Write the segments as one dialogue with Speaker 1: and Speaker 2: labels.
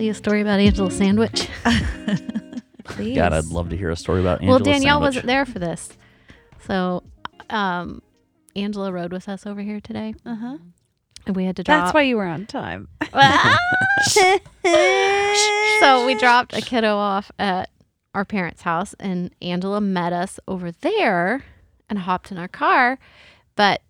Speaker 1: you a story about Angela Sandwich? Please.
Speaker 2: God, I'd love to hear a story about
Speaker 1: well,
Speaker 2: Angela
Speaker 1: Danielle
Speaker 2: Sandwich.
Speaker 1: wasn't there for this, so um, Angela rode with us over here today,
Speaker 3: Uh huh.
Speaker 1: and we had to drop.
Speaker 3: That's why you were on time.
Speaker 1: so we dropped a kiddo off at our parents' house, and Angela met us over there and hopped in our car. But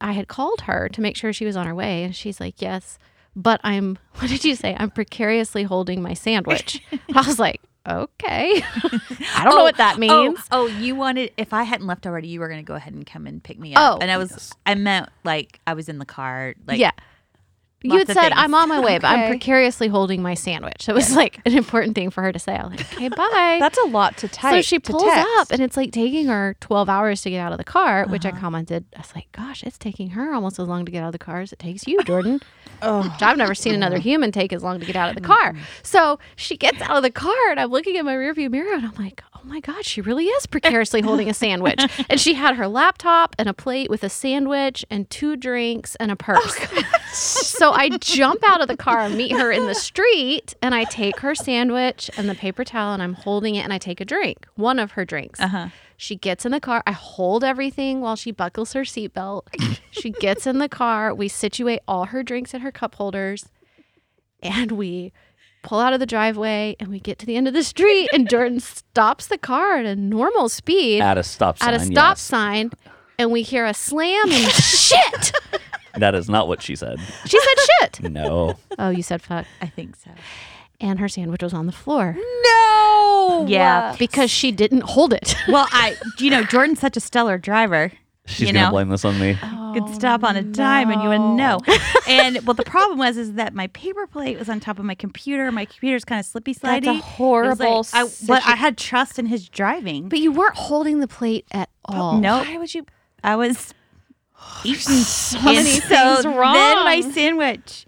Speaker 1: I had called her to make sure she was on her way, and she's like, "Yes, but I'm what did you say? I'm precariously holding my sandwich." I was like, "Okay, I don't know
Speaker 4: Oh,
Speaker 1: what that means."
Speaker 4: Oh, oh, you wanted if I hadn't left already, you were gonna go ahead and come and pick me up.
Speaker 1: Oh.
Speaker 4: and I was I meant like I was in the car. Like
Speaker 1: yeah. You
Speaker 4: lots
Speaker 1: had
Speaker 4: of
Speaker 1: said
Speaker 4: things.
Speaker 1: I'm on my way, but I'm
Speaker 3: Okay.
Speaker 1: precariously holding my sandwich. It was like an important thing for her to say. I was like, okay, bye.
Speaker 3: That's a lot to type.
Speaker 1: So she
Speaker 3: to
Speaker 1: pulls
Speaker 3: text. Uh-huh.
Speaker 1: up, and it's like taking her 12 hours to get out of the car, which I commented. I was like, gosh, it's taking her almost as long to get out of the car as it takes you, Jordan.
Speaker 3: Oh. Mm-hmm.
Speaker 1: Which I've never seen another human take as long to get out of the car. So she gets out of the car, and I'm looking at my rearview mirror, and I'm like, oh my God, she really is precariously holding a sandwich. And she had her laptop and a plate with a sandwich and two drinks
Speaker 3: Oh,
Speaker 1: and a purse. so I jump out of the car and meet her in the street, and I take her sandwich and the paper towel, and I'm holding it, and I take a drink, one of her drinks.
Speaker 4: Uh-huh.
Speaker 1: She gets in the car. I hold everything while she buckles her seatbelt. she gets in the car. We situate all her drinks in her cup holders and we pull out of the driveway and we get to the end of the street. And Jordan stops the car at a normal speed
Speaker 2: at a stop sign.
Speaker 1: at a stop
Speaker 2: yes.
Speaker 1: sign. And we hear a slam and shit.
Speaker 2: That is not what she said.
Speaker 1: She said shit.
Speaker 2: No.
Speaker 1: Oh, you said fuck.
Speaker 4: I think so.
Speaker 1: And her sandwich was on the floor
Speaker 3: No.
Speaker 4: Yeah.
Speaker 1: because she didn't hold it.
Speaker 4: Well, I you know Jordan's such a stellar driver.
Speaker 2: She's
Speaker 4: You
Speaker 2: gonna
Speaker 4: know.
Speaker 2: blame this on me.
Speaker 4: Could stop on a dime, and you wouldn't know. and well, the problem was is that my paper plate was on top of my computer. My computer's kind of slippy slidey.
Speaker 3: That's a horrible.
Speaker 4: It was like, I, but I had trust in his driving.
Speaker 1: But you weren't holding the plate at all.
Speaker 4: no,
Speaker 3: Why would you?
Speaker 4: I was eating so
Speaker 1: many things wrong.
Speaker 4: Then my sandwich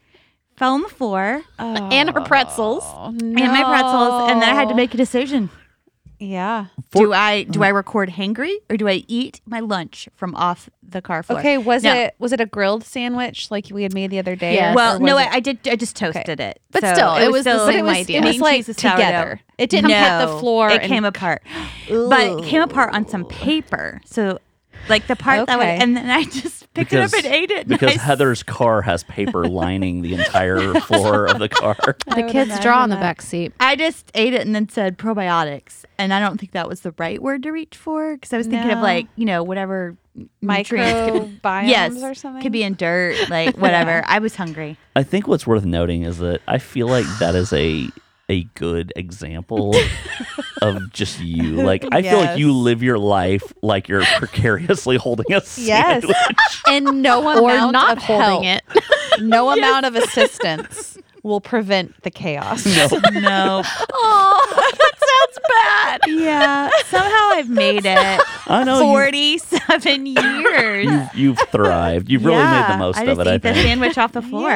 Speaker 4: fell on the floor
Speaker 1: And her pretzels.
Speaker 4: and my pretzels, and then I had to make a decision:
Speaker 3: Yeah.
Speaker 4: do I do I record hangry or do I eat my lunch from off the car floor?
Speaker 3: Okay. Was
Speaker 4: No.
Speaker 3: it was it a grilled sandwich like we had made the other day?
Speaker 1: Yes.
Speaker 3: or
Speaker 4: Well,
Speaker 3: was
Speaker 4: no,
Speaker 3: it-
Speaker 4: I, I did. I just toasted it,
Speaker 1: But
Speaker 4: So
Speaker 1: still, it was the
Speaker 4: still-
Speaker 1: same But it was- idea.
Speaker 3: it was
Speaker 4: Mac and
Speaker 3: like
Speaker 4: cheese and sourdough.
Speaker 3: together. It didn't hit the
Speaker 4: No,
Speaker 3: floor
Speaker 4: It
Speaker 3: and-
Speaker 4: came apart, but it came apart on some paper. So, like the part that was,
Speaker 3: Okay.
Speaker 4: and then I just picked it up and ate it. and
Speaker 2: because
Speaker 4: I
Speaker 2: Heather's car has paper lining the entire floor of the car.
Speaker 1: The
Speaker 3: would
Speaker 1: kids draw on the
Speaker 3: imagine that.
Speaker 1: back seat.
Speaker 4: I just ate it and then said probiotics, and I don't think that was the right word to reach for because I was thinking of
Speaker 3: No.
Speaker 4: like you know whatever nutrients could be-
Speaker 3: Microbiomes
Speaker 4: yes
Speaker 3: or something?
Speaker 4: could be in dirt, like whatever. I was hungry.
Speaker 2: I think what's worth noting is that I feel like that is a a good example of just you. Like I feel like you
Speaker 3: Yes.
Speaker 2: live your life like you're precariously holding a
Speaker 3: Yes.
Speaker 2: sandwich.
Speaker 3: and no
Speaker 1: Or
Speaker 3: amount
Speaker 1: not
Speaker 3: of
Speaker 1: holding
Speaker 3: help,
Speaker 1: it.
Speaker 3: No amount of assistance will prevent the chaos.
Speaker 2: No.
Speaker 4: No,
Speaker 1: Oh, that sounds bad.
Speaker 4: yeah. Somehow I've made it
Speaker 2: I know you-
Speaker 4: forty-seven years.
Speaker 2: You've, you've thrived. You've really made the
Speaker 4: Yeah,
Speaker 2: most
Speaker 4: I
Speaker 2: of
Speaker 4: just
Speaker 2: it.
Speaker 4: ate
Speaker 2: I
Speaker 4: the
Speaker 2: think,
Speaker 4: sandwich off the floor,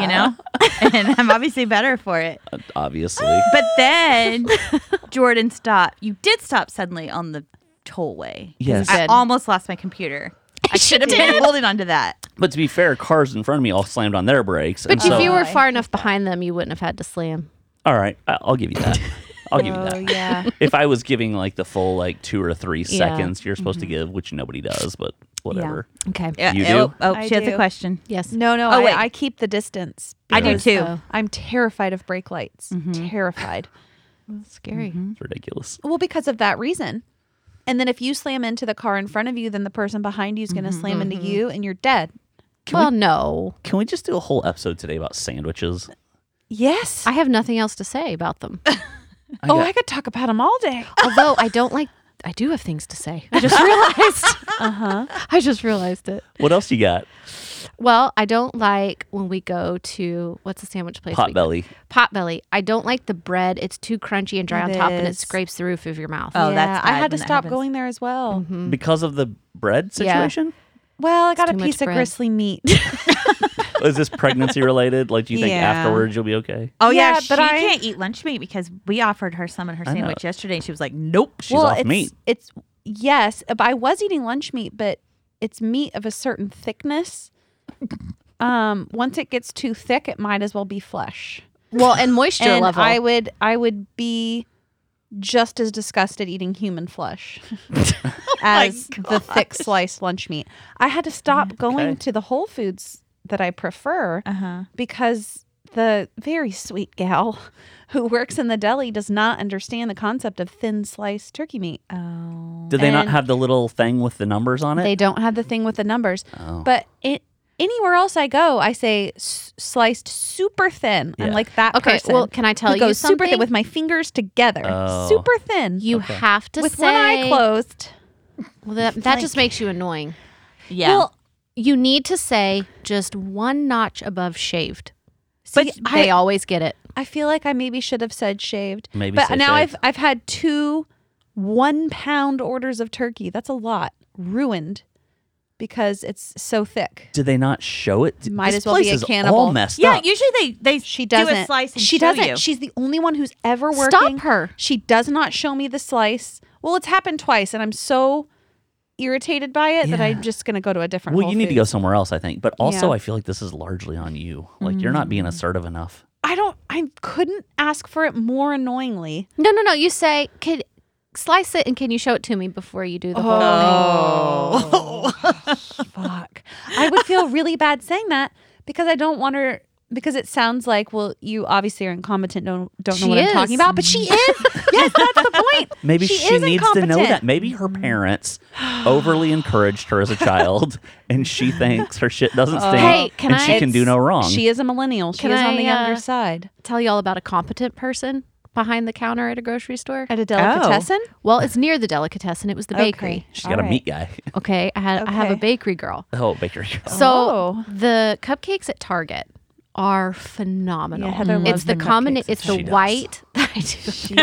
Speaker 4: you know, and I'm obviously better for it.
Speaker 2: obviously.
Speaker 4: But then Jordan stopped. You did stop suddenly on the tollway.
Speaker 2: Yes,
Speaker 4: I almost lost my computer. I should have been holding on to that.
Speaker 2: but to be fair, cars in front of me all slammed on their brakes.
Speaker 1: But
Speaker 2: and so,
Speaker 1: if you
Speaker 3: Oh,
Speaker 1: were
Speaker 3: I
Speaker 1: far enough behind them, you wouldn't have had to slam.
Speaker 2: all right, I- I'll give you that. I'll give you
Speaker 3: Oh
Speaker 2: that.
Speaker 3: yeah.
Speaker 2: If I was giving like the full like two or three
Speaker 1: Yeah.
Speaker 2: seconds you're supposed
Speaker 3: Mm-hmm.
Speaker 2: to give, which nobody does, but whatever.
Speaker 1: Okay.
Speaker 4: Yeah,
Speaker 2: You
Speaker 4: oh,
Speaker 2: do?
Speaker 4: Oh,
Speaker 3: I
Speaker 4: she has a
Speaker 3: do.
Speaker 4: question.
Speaker 1: Yes.
Speaker 3: No, no.
Speaker 4: Oh, wait.
Speaker 3: I, I keep the distance.
Speaker 4: I do
Speaker 3: because
Speaker 4: too.
Speaker 1: Oh,
Speaker 3: I'm terrified of brake lights. Terrified.
Speaker 1: scary.
Speaker 2: It's ridiculous.
Speaker 3: Well, because of that reason. And then if you slam into the car in front of you, then the person behind you is going to slam into you, and you're dead.
Speaker 1: Well, no.
Speaker 2: Can we just do a whole episode today about sandwiches?
Speaker 3: Yes.
Speaker 1: I have nothing else to say about them.
Speaker 2: I
Speaker 3: oh,
Speaker 2: got-
Speaker 3: I could talk about them all day.
Speaker 1: Although I don't like, I do have things to say. I just realized.
Speaker 3: Uh huh.
Speaker 1: I just realized it.
Speaker 2: what else you got?
Speaker 1: Well, I don't like when we go to, what's the sandwich place? we-
Speaker 2: Potbelly.
Speaker 1: Potbelly. I don't like the bread. It's too crunchy and dry on
Speaker 3: It
Speaker 1: top and it
Speaker 3: is.
Speaker 1: scrapes the roof of your mouth.
Speaker 4: Oh, that's
Speaker 3: I had
Speaker 4: bad
Speaker 3: to
Speaker 4: when that
Speaker 3: stop
Speaker 4: happens.
Speaker 3: going there as well.
Speaker 2: Because of the bread
Speaker 1: Yeah.
Speaker 2: situation?
Speaker 3: Well, I got
Speaker 1: too
Speaker 3: a
Speaker 1: much
Speaker 3: piece of
Speaker 1: bread.
Speaker 3: gristly meat.
Speaker 2: Is this pregnancy related? Like, do you think
Speaker 3: Yeah.
Speaker 2: afterwards you'll be okay?
Speaker 4: Oh yeah,
Speaker 3: Yeah,
Speaker 4: she
Speaker 3: but I-
Speaker 4: can't eat lunch meat because we offered her some in her
Speaker 2: I know.
Speaker 4: sandwich yesterday, and she was like, "Nope."
Speaker 2: She's off
Speaker 3: it's,
Speaker 2: meat.
Speaker 3: It's yes, but I was eating lunch meat, but it's meat of a certain thickness. Um, once it gets too thick, it might as well be flesh.
Speaker 1: Well, and moisture
Speaker 3: and
Speaker 1: level.
Speaker 3: I would I would be just as disgusted eating human flesh as the thick sliced lunch meat. I had to stop going
Speaker 2: Okay.
Speaker 3: to the Whole Foods that I prefer
Speaker 4: Uh huh.
Speaker 3: because the very sweet gal who works in the deli does not understand the concept of thin sliced turkey meat.
Speaker 4: Oh.
Speaker 2: Do they not
Speaker 3: And-
Speaker 2: have the little thing with the numbers on it?
Speaker 3: They don't have the thing with the numbers.
Speaker 2: Oh.
Speaker 3: But it, anywhere else I go, I say s- sliced super thin. I'm
Speaker 2: Yeah.
Speaker 3: like that
Speaker 1: okay,
Speaker 3: person.
Speaker 1: well, can I tell
Speaker 3: who
Speaker 1: you
Speaker 3: goes super
Speaker 1: something?
Speaker 3: thin with my fingers together,
Speaker 2: Oh.
Speaker 3: super thin,
Speaker 1: you
Speaker 2: Okay.
Speaker 1: have to
Speaker 3: with
Speaker 1: say
Speaker 3: one eye closed.
Speaker 1: Well, that, that just makes you annoying.
Speaker 4: Yeah.
Speaker 1: Well, you need to say just one notch above shaved.
Speaker 3: But
Speaker 1: See,
Speaker 3: I-
Speaker 1: they always get it.
Speaker 3: I feel like I maybe should have said shaved.
Speaker 2: Maybe
Speaker 3: but
Speaker 2: say
Speaker 3: now
Speaker 2: shaved.
Speaker 3: I've I've had two one pound orders of turkey. That's a lot ruined because it's so thick.
Speaker 2: Do they not show it?
Speaker 3: Might
Speaker 2: This
Speaker 3: as well
Speaker 2: place
Speaker 3: be a
Speaker 2: is all
Speaker 3: cannibal.
Speaker 2: messed
Speaker 4: yeah.
Speaker 2: up.
Speaker 4: Usually they they
Speaker 3: She
Speaker 4: do
Speaker 3: doesn't.
Speaker 4: a slice. And
Speaker 3: she
Speaker 4: show
Speaker 3: doesn't.
Speaker 4: you.
Speaker 3: She's the only one who's ever working.
Speaker 1: Stop her.
Speaker 3: She does not show me the slice. Well, it's happened twice, and I'm so irritated by it that
Speaker 2: Yeah.
Speaker 3: I'm just gonna go to a different.
Speaker 2: well,
Speaker 3: Whole
Speaker 2: you need to
Speaker 3: Foods.
Speaker 2: go somewhere else, I think. But also,
Speaker 3: Yeah. Mm.
Speaker 2: I feel like this is largely on you. Like you're not being assertive enough.
Speaker 3: I don't. I couldn't ask for it more annoyingly.
Speaker 1: No, no, no. You say, could slice it and can you show it to me before you do the whole
Speaker 3: Oh. fuck. I would feel really bad saying that because I don't want her because it sounds like, well, you obviously are incompetent, don't don't know
Speaker 1: She
Speaker 3: what
Speaker 1: is.
Speaker 3: I'm talking about. But she is. yes, that's the point.
Speaker 2: Maybe she,
Speaker 3: She is
Speaker 2: needs to know
Speaker 3: incompetent.
Speaker 2: that. Maybe her parents overly encouraged her as a child, and she thinks her shit doesn't
Speaker 3: Oh.
Speaker 2: stink,
Speaker 1: Hey, can
Speaker 2: and she
Speaker 1: I-
Speaker 2: can do no wrong.
Speaker 3: She is a millennial. She
Speaker 1: Can
Speaker 3: is on
Speaker 1: I,
Speaker 3: the younger
Speaker 1: uh,
Speaker 3: side.
Speaker 1: thing? Tell you all about a competent person behind the counter at a grocery store.
Speaker 3: At a delicatessen?
Speaker 1: Well, it's near the delicatessen. It was the bakery.
Speaker 2: She's got a meat guy.
Speaker 1: Okay. I had I have a
Speaker 3: Okay.
Speaker 1: bakery girl.
Speaker 2: Oh, bakery. girl.
Speaker 1: So
Speaker 3: Oh.
Speaker 1: the cupcakes at Target are phenomenal.
Speaker 3: Yeah, Heather
Speaker 1: it's
Speaker 3: loves
Speaker 1: the
Speaker 3: them
Speaker 1: common
Speaker 3: cupcakes.
Speaker 1: it's
Speaker 2: She
Speaker 1: the
Speaker 2: does.
Speaker 1: white I do. She,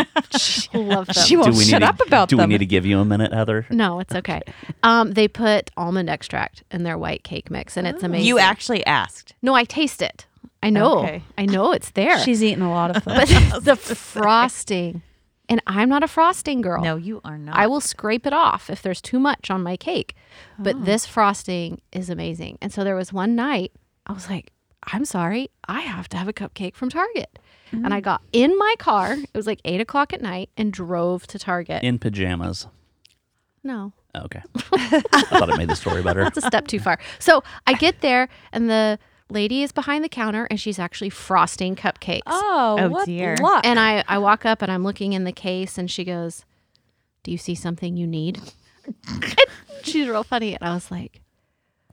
Speaker 1: love them.
Speaker 3: She won't
Speaker 2: we
Speaker 3: shut
Speaker 2: need
Speaker 3: up
Speaker 2: to,
Speaker 3: about
Speaker 2: Do
Speaker 3: them.
Speaker 2: we need to give you a minute, Heather?
Speaker 1: no, it's okay. Um, they put almond extract in their white cake mix, and
Speaker 3: Oh.
Speaker 1: it's amazing.
Speaker 4: You actually asked.
Speaker 1: No, I taste it. I know.
Speaker 4: Okay.
Speaker 1: I know it's there.
Speaker 3: She's eaten a lot of them.
Speaker 1: but the frosting, and I'm not a frosting
Speaker 2: Oh.
Speaker 1: girl.
Speaker 4: No, you are not.
Speaker 1: I will scrape it off if there's too much on my cake. But this frosting is amazing. And so there was one night I was like, I'm sorry, I have to have a cupcake from Target. And I got in my car, it was like eight o'clock at night, and drove to Target.
Speaker 2: In pajamas.
Speaker 1: no,
Speaker 2: Okay. I thought it made the story better.
Speaker 1: that's a step too far. So I get there, and the lady is behind the counter, and she's actually frosting cupcakes.
Speaker 3: oh,
Speaker 4: Oh,
Speaker 3: what
Speaker 4: dear.
Speaker 3: luck.
Speaker 1: And I, I walk up and I'm looking in the case, and she goes, Do you see something you need? And she's real funny. And I was like,